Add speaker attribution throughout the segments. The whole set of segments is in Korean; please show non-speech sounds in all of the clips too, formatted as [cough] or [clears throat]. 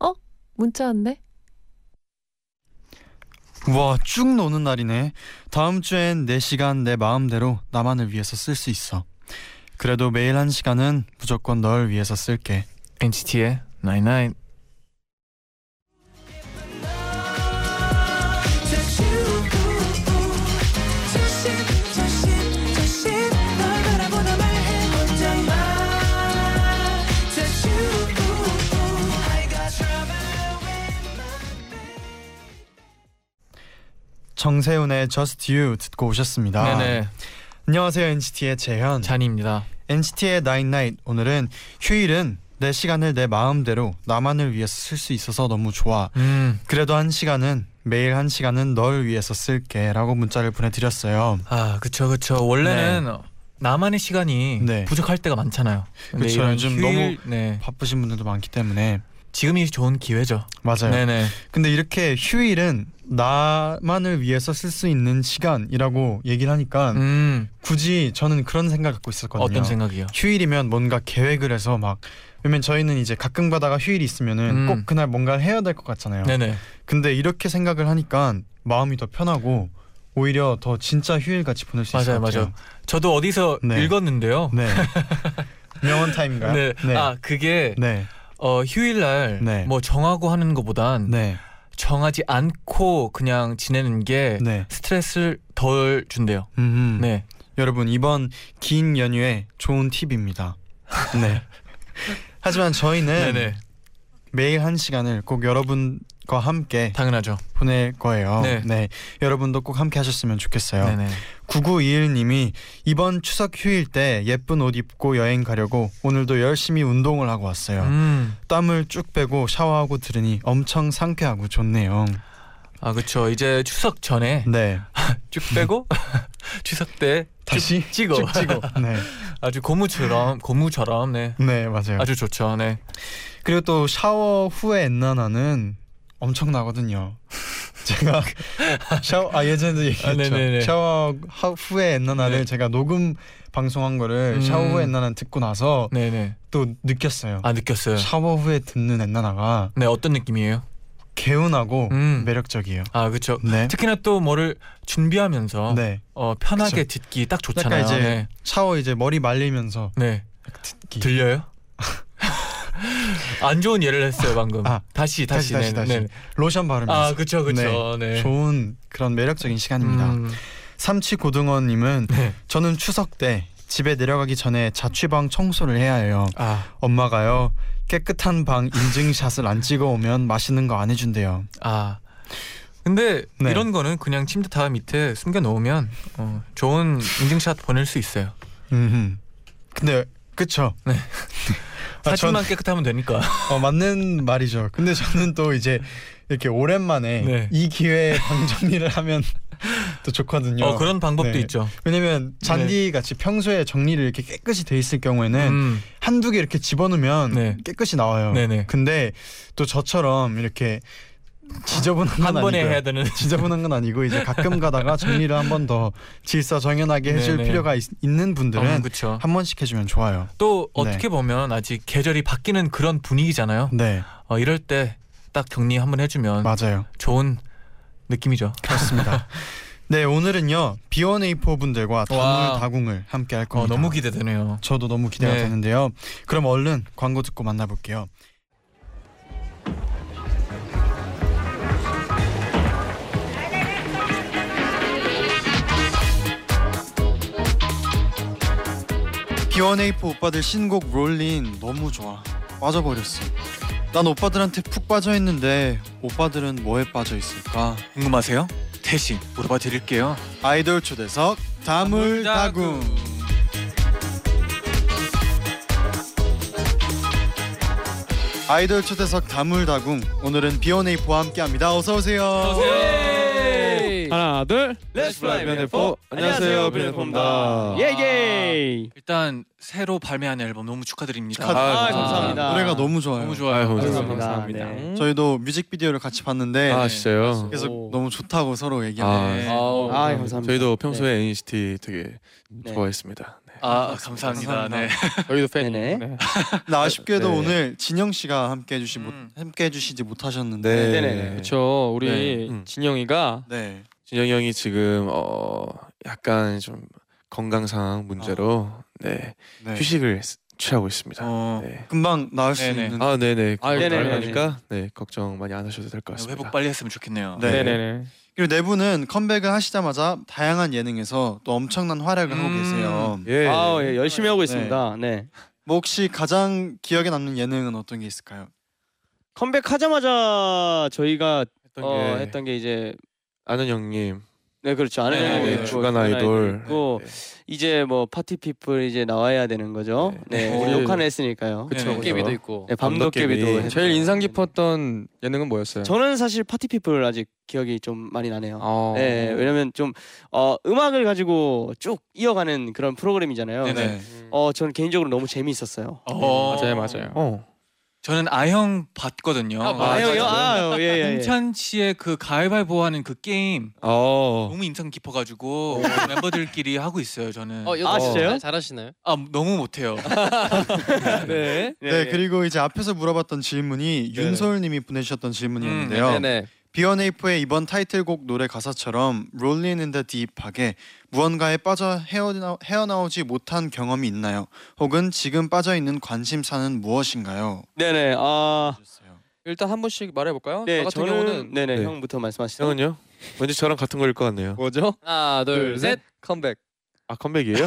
Speaker 1: 어? 문자 왔네?
Speaker 2: 와, 쭉 노는 날이네. 다음 주엔 내 시간 내 마음대로 나만을 위해서 쓸 수 있어. 그래도 매일 한 시간은 무조건 널 위해서 쓸게.
Speaker 3: NCT의 Nine Nine.
Speaker 2: 정세훈의 Just You 듣고 오셨습니다.
Speaker 3: 네네
Speaker 2: 안녕하세요, NCT의 재현.
Speaker 3: 잔입니다.
Speaker 2: NCT의 Nine Night 오늘은 휴일은 내 시간을 내 마음대로 나만을 위해서 쓸 수 있어서 너무 좋아.
Speaker 3: 음.
Speaker 2: 그래도 한 시간은 매일 한 시간은 널 위해서 쓸게라고 문자를 보내드렸어요.
Speaker 3: 아 그쵸 그쵸 원래는 나만의 시간이
Speaker 2: 네.
Speaker 3: 부족할 때가 많잖아요. 근데
Speaker 2: 그쵸,
Speaker 3: 이런
Speaker 2: 요즘
Speaker 3: 휴일, 네
Speaker 2: 바쁘신 분들도 많기 때문에
Speaker 3: 지금이 좋은 기회죠.
Speaker 2: 맞아요.
Speaker 3: 네네
Speaker 2: 근데 이렇게 휴일은 나만을 위해서 쓸 수 있는 시간이라고 얘기를 하니까
Speaker 3: 음
Speaker 2: 굳이 저는 그런 생각 갖고 있었거든요.
Speaker 3: 어떤 생각이요?
Speaker 2: 휴일이면 뭔가 계획을 해서 막 왜냐면 저희는 이제 가끔 가다가 휴일이 있으면은
Speaker 3: 음.
Speaker 2: 꼭 그날 뭔가를 해야 될 것 같잖아요.
Speaker 3: 네네
Speaker 2: 근데 이렇게 생각을 하니까 마음이 더 편하고 오히려 더 진짜 휴일 같이 보낼 수 있을
Speaker 3: 맞아요,
Speaker 2: 것 같아요.
Speaker 3: 저도 어디서
Speaker 2: 네.
Speaker 3: 읽었는데요.
Speaker 2: 네. 명언 타임인가요?
Speaker 3: [laughs] 네. 아 그게
Speaker 2: 네.
Speaker 3: 어, 휴일날
Speaker 2: 네.
Speaker 3: 뭐 정하고 하는 것보단
Speaker 2: 네.
Speaker 3: 정하지 않고 그냥 지내는 게
Speaker 2: 네.
Speaker 3: 스트레스를 덜 준대요.
Speaker 2: 음.
Speaker 3: 네.
Speaker 2: 여러분 이번 긴 연휴에 좋은 팁입니다.
Speaker 3: [laughs]
Speaker 2: 네. 하지만 저희는
Speaker 3: 네네.
Speaker 2: 매일 한 시간을 꼭 여러분과 함께
Speaker 3: 당연하죠.
Speaker 2: 보낼 거예요.
Speaker 3: 네.
Speaker 2: 여러분도 꼭 함께 하셨으면 좋겠어요.
Speaker 3: 네네.
Speaker 2: 9921님이 이번 추석 휴일 때 예쁜 옷 입고 여행 가려고 오늘도 열심히 운동을 하고 왔어요.
Speaker 3: 음.
Speaker 2: 땀을 쭉 빼고 샤워하고 들으니 엄청 상쾌하고 좋네요.
Speaker 3: 아 그쵸. 이제 추석 전에
Speaker 2: 네.
Speaker 3: 쭉 빼고 [laughs] 추석 때
Speaker 2: 음. 다시
Speaker 3: 쭉 찍어.
Speaker 2: 쭉 찍어. 네.
Speaker 3: [laughs] 아주 고무처럼 고무처럼 네.
Speaker 2: 네, 맞아요.
Speaker 3: 아주 좋죠. 네.
Speaker 2: 그리고 또 샤워 후에 엔나나는
Speaker 3: [laughs]
Speaker 2: 엄청나거든요. 제가 샤워 아 예전에도
Speaker 3: 아,
Speaker 2: 얘기했죠.
Speaker 3: 네네네.
Speaker 2: 샤워 하- 후에 엔나나를
Speaker 3: 네.
Speaker 2: 제가 녹음 방송한 거를
Speaker 3: 음.
Speaker 2: 샤워 후에 엔나나 듣고 나서
Speaker 3: 네네.
Speaker 2: 또 느꼈어요.
Speaker 3: 아 느꼈어요.
Speaker 2: 샤워 후에 듣는 엔나나가
Speaker 3: 네 어떤 느낌이에요?
Speaker 2: 개운하고
Speaker 3: 음.
Speaker 2: 매력적이에요.
Speaker 3: 아 그쵸.
Speaker 2: 네.
Speaker 3: 특히나 또 뭐를 준비하면서
Speaker 2: 네.
Speaker 3: 어, 편하게 듣기 딱 좋잖아요.
Speaker 2: 약간 이제
Speaker 3: 네.
Speaker 2: 샤워 이제 머리 말리면서
Speaker 3: 네.
Speaker 2: 듣기. [laughs]
Speaker 3: 들려요? 안 좋은 예를 했어요 방금.
Speaker 2: 아,
Speaker 3: 다시 다시
Speaker 2: 다시, 다시,
Speaker 3: 네.
Speaker 2: 로션
Speaker 3: 아
Speaker 2: 바르면서
Speaker 3: 그쵸 그쵸. 네.
Speaker 2: 좋은 그런 매력적인 시간입니다.
Speaker 3: 음,
Speaker 2: 삼치 고등어님은
Speaker 3: 네.
Speaker 2: 저는 추석 때 집에 내려가기 전에 자취방 청소를 해야 해요.
Speaker 3: 아,
Speaker 2: 엄마가요 깨끗한 방 인증샷을 안 찍어 오면 맛있는 거 안 해준대요.
Speaker 3: 아. 근데
Speaker 2: 네.
Speaker 3: 이런 거는 그냥 침대 다 밑에 숨겨 놓으면 어, 좋은 인증샷 보낼 수 있어요.
Speaker 2: 음. 근데 그쵸?
Speaker 3: 네.
Speaker 2: 아, 전,
Speaker 3: 사진만 깨끗하면
Speaker 2: [laughs]
Speaker 3: 되니까.
Speaker 2: 어, 맞는 말이죠. 근데 저는 또 이제 이렇게 오랜만에
Speaker 3: 네.
Speaker 2: 이 기회에 방 정리를 하면 또 좋거든요.
Speaker 3: 어 그런 방법도
Speaker 2: 네.
Speaker 3: 있죠.
Speaker 2: 왜냐면 잔디 같이 평소에 정리를 이렇게 깨끗이 돼 있을 경우에는
Speaker 3: 음,
Speaker 2: 한두 개 이렇게 집어넣으면
Speaker 3: 네.
Speaker 2: 깨끗이 나와요.
Speaker 3: 네네.
Speaker 2: 근데 또 저처럼 이렇게 지저분한 건
Speaker 3: 한 번에
Speaker 2: 아니고요.
Speaker 3: 해야 되는.
Speaker 2: [laughs] 지저분한 건 아니고 이제 가끔 가다가 정리를 한 번 더 질서정연하게 해줄
Speaker 3: 네네.
Speaker 2: 필요가 있, 는 분들은
Speaker 3: 그렇
Speaker 2: 한 번씩 해주면 좋아요.
Speaker 3: 또
Speaker 2: 네.
Speaker 3: 어떻게 보면 아직 계절이 바뀌는 그런 분위기잖아요.
Speaker 2: 네
Speaker 3: 어, 이럴 때 딱 정리 한번 해주면
Speaker 2: 맞아요.
Speaker 3: 좋은 느낌이죠. 어, [laughs]
Speaker 2: 그렇습니다. 네 오늘은요 B1A4 분들과
Speaker 3: 와.
Speaker 2: 다물 다궁을 함께 할
Speaker 3: 어,
Speaker 2: 겁니다.
Speaker 3: 너무 기대되네요.
Speaker 2: 저도 너무 기대가
Speaker 3: 네.
Speaker 2: 되는데요. 그럼 얼른 광고 듣고 만나볼게요. B1A4 오빠들 신곡 롤린 너무 좋아. 빠져버렸어. 난 오빠들한테 푹 빠져있는데 오빠들은 뭐에 빠져있을까?
Speaker 3: 궁금하세요? 대신 물어봐 드릴게요.
Speaker 2: 아이돌 초대석 다물다궁. 아이돌 초대석 다물다궁 오늘은 비오네이포와 함께합니다. 어서 오세요. 예!
Speaker 4: 하나 둘
Speaker 5: Let's fly,
Speaker 4: 비네포. 안녕하세요, 비네포입니다.
Speaker 5: 예예.
Speaker 3: 일단 새로 발매한 앨범 너무 축하드립니다.
Speaker 2: 축하드립니다.
Speaker 5: 아, 감사합니다.
Speaker 2: 노래가 너무 좋아요.
Speaker 3: 너무 좋아요.
Speaker 5: 감사합니다.
Speaker 4: 감사합니다.
Speaker 5: 네.
Speaker 2: 저희도 뮤직비디오를 같이 봤는데
Speaker 4: 아 진짜요?
Speaker 2: 그래서
Speaker 5: 오.
Speaker 2: 너무 좋다고 서로 얘기하네.
Speaker 4: 아,
Speaker 3: 네.
Speaker 5: 아우, 아, 감사합니다.
Speaker 4: 저희도 평소에 NCT 되게
Speaker 5: 네.
Speaker 4: 좋아했습니다. 네.
Speaker 3: 아 감사합니다. 네.
Speaker 4: 저희도 팬.
Speaker 5: 네네.
Speaker 2: 근데 아쉽게도
Speaker 4: 네.
Speaker 2: 오늘 진영 씨가 함께 해주시 못
Speaker 3: 음.
Speaker 2: 함께 해주시지 못하셨는데.
Speaker 4: 네.
Speaker 5: 네네네.
Speaker 6: 그렇죠. 우리
Speaker 4: 네. 음.
Speaker 6: 진영이가
Speaker 2: 네.
Speaker 4: 진영이 형이 지금 어 약간 좀 건강 상황 문제로
Speaker 5: 아.
Speaker 4: 네
Speaker 2: 네.
Speaker 4: 휴식을 쓰- 취하고 있습니다.
Speaker 3: 어,
Speaker 4: 네.
Speaker 2: 금방 나을 수
Speaker 3: 네네.
Speaker 2: 있는.
Speaker 4: 아 네네.
Speaker 6: 아,
Speaker 5: 음. 네네네.
Speaker 4: 그러니까 네 걱정 많이 안 하셔도 될 것 같습니다.
Speaker 3: 네, 회복 빨리 했으면 아, 좋겠네요.
Speaker 2: 네.
Speaker 6: 네네네.
Speaker 2: 그리고 네 분은 컴백을 하시자마자 다양한 예능에서 또 엄청난 활약을 하고
Speaker 3: 음.
Speaker 2: 계세요.
Speaker 4: 예.
Speaker 5: 아, 예, 열심히 하고 있습니다. 네.
Speaker 2: 뭐 혹시 가장 기억에 남는 예능은 어떤 게 있을까요?
Speaker 5: 컴백하자마자 저희가
Speaker 4: 했던
Speaker 5: 어,
Speaker 4: 게
Speaker 5: 했던 게 이제
Speaker 4: 아는 형님,
Speaker 5: 네 그렇죠. 아는
Speaker 3: 네,
Speaker 5: 형이
Speaker 3: 네,
Speaker 5: 있고,
Speaker 4: 주간
Speaker 5: 주간
Speaker 4: 아이돌.
Speaker 5: 있고
Speaker 4: 네, 네.
Speaker 5: 이제 뭐 파티 피플 이제 나와야 되는 거죠.
Speaker 4: 네.
Speaker 5: 네.
Speaker 3: 네.
Speaker 5: 우리 녹화는 했으니까요.
Speaker 3: 그쵸, 네, 그쵸.
Speaker 4: 깨비도
Speaker 6: 있고.
Speaker 5: 네, 밤도깨비도
Speaker 4: 밤도깨비.
Speaker 5: 했고.
Speaker 6: 제일 인상 깊었던 예능은 뭐였어요?
Speaker 5: 저는 사실 파티 피플 아직 기억이 좀 많이 나네요.
Speaker 6: 어.
Speaker 5: 네, 왜냐면 좀 어, 음악을 가지고 쭉 이어가는 그런 프로그램이잖아요.
Speaker 3: 네네.
Speaker 2: 네.
Speaker 5: 어, 저는 개인적으로 너무 재미있었어요.
Speaker 3: 어,
Speaker 6: 맞아요, 맞아요.
Speaker 4: 어.
Speaker 3: 저는 아형 봤거든요.
Speaker 6: 아, 맞아요.
Speaker 5: 형이요? 아, 예, 예, 예.
Speaker 3: 임찬 씨의 그 가위바위보 하는 그 게임
Speaker 4: 어.
Speaker 3: 너무 인상 깊어가지고 멤버들끼리 하고 있어요. 저는
Speaker 4: 예.
Speaker 5: 아, 진짜요?
Speaker 6: 잘하시나요?
Speaker 3: 아 너무 못해요.
Speaker 6: 네.
Speaker 5: 예,
Speaker 2: 네, 그리고 이제 앞에서 물어봤던 질문이 윤소율님이 보내주셨던 질문이었는데요.
Speaker 5: 음,
Speaker 6: 네네.
Speaker 2: 비어네이프의 이번 타이틀곡 노래 가사처럼 Rolling in the Deep하게 무언가에 빠져 헤어나, 헤어나오지 못한 경험이 있나요? 혹은 지금 빠져 있는 관심사는 무엇인가요?
Speaker 5: 네네. 아,
Speaker 6: 일단 한 분씩 말해볼까요?
Speaker 5: 네,
Speaker 6: 저 같은
Speaker 5: 저는
Speaker 6: 경우는
Speaker 5: 네네
Speaker 4: 네.
Speaker 5: 형부터 말씀하시죠.
Speaker 4: 형은요? 왠지 저랑 같은 거일 것 같네요.
Speaker 5: 뭐죠?
Speaker 6: 하나
Speaker 5: 둘, 셋.
Speaker 6: 컴백.
Speaker 4: 아 컴백이에요?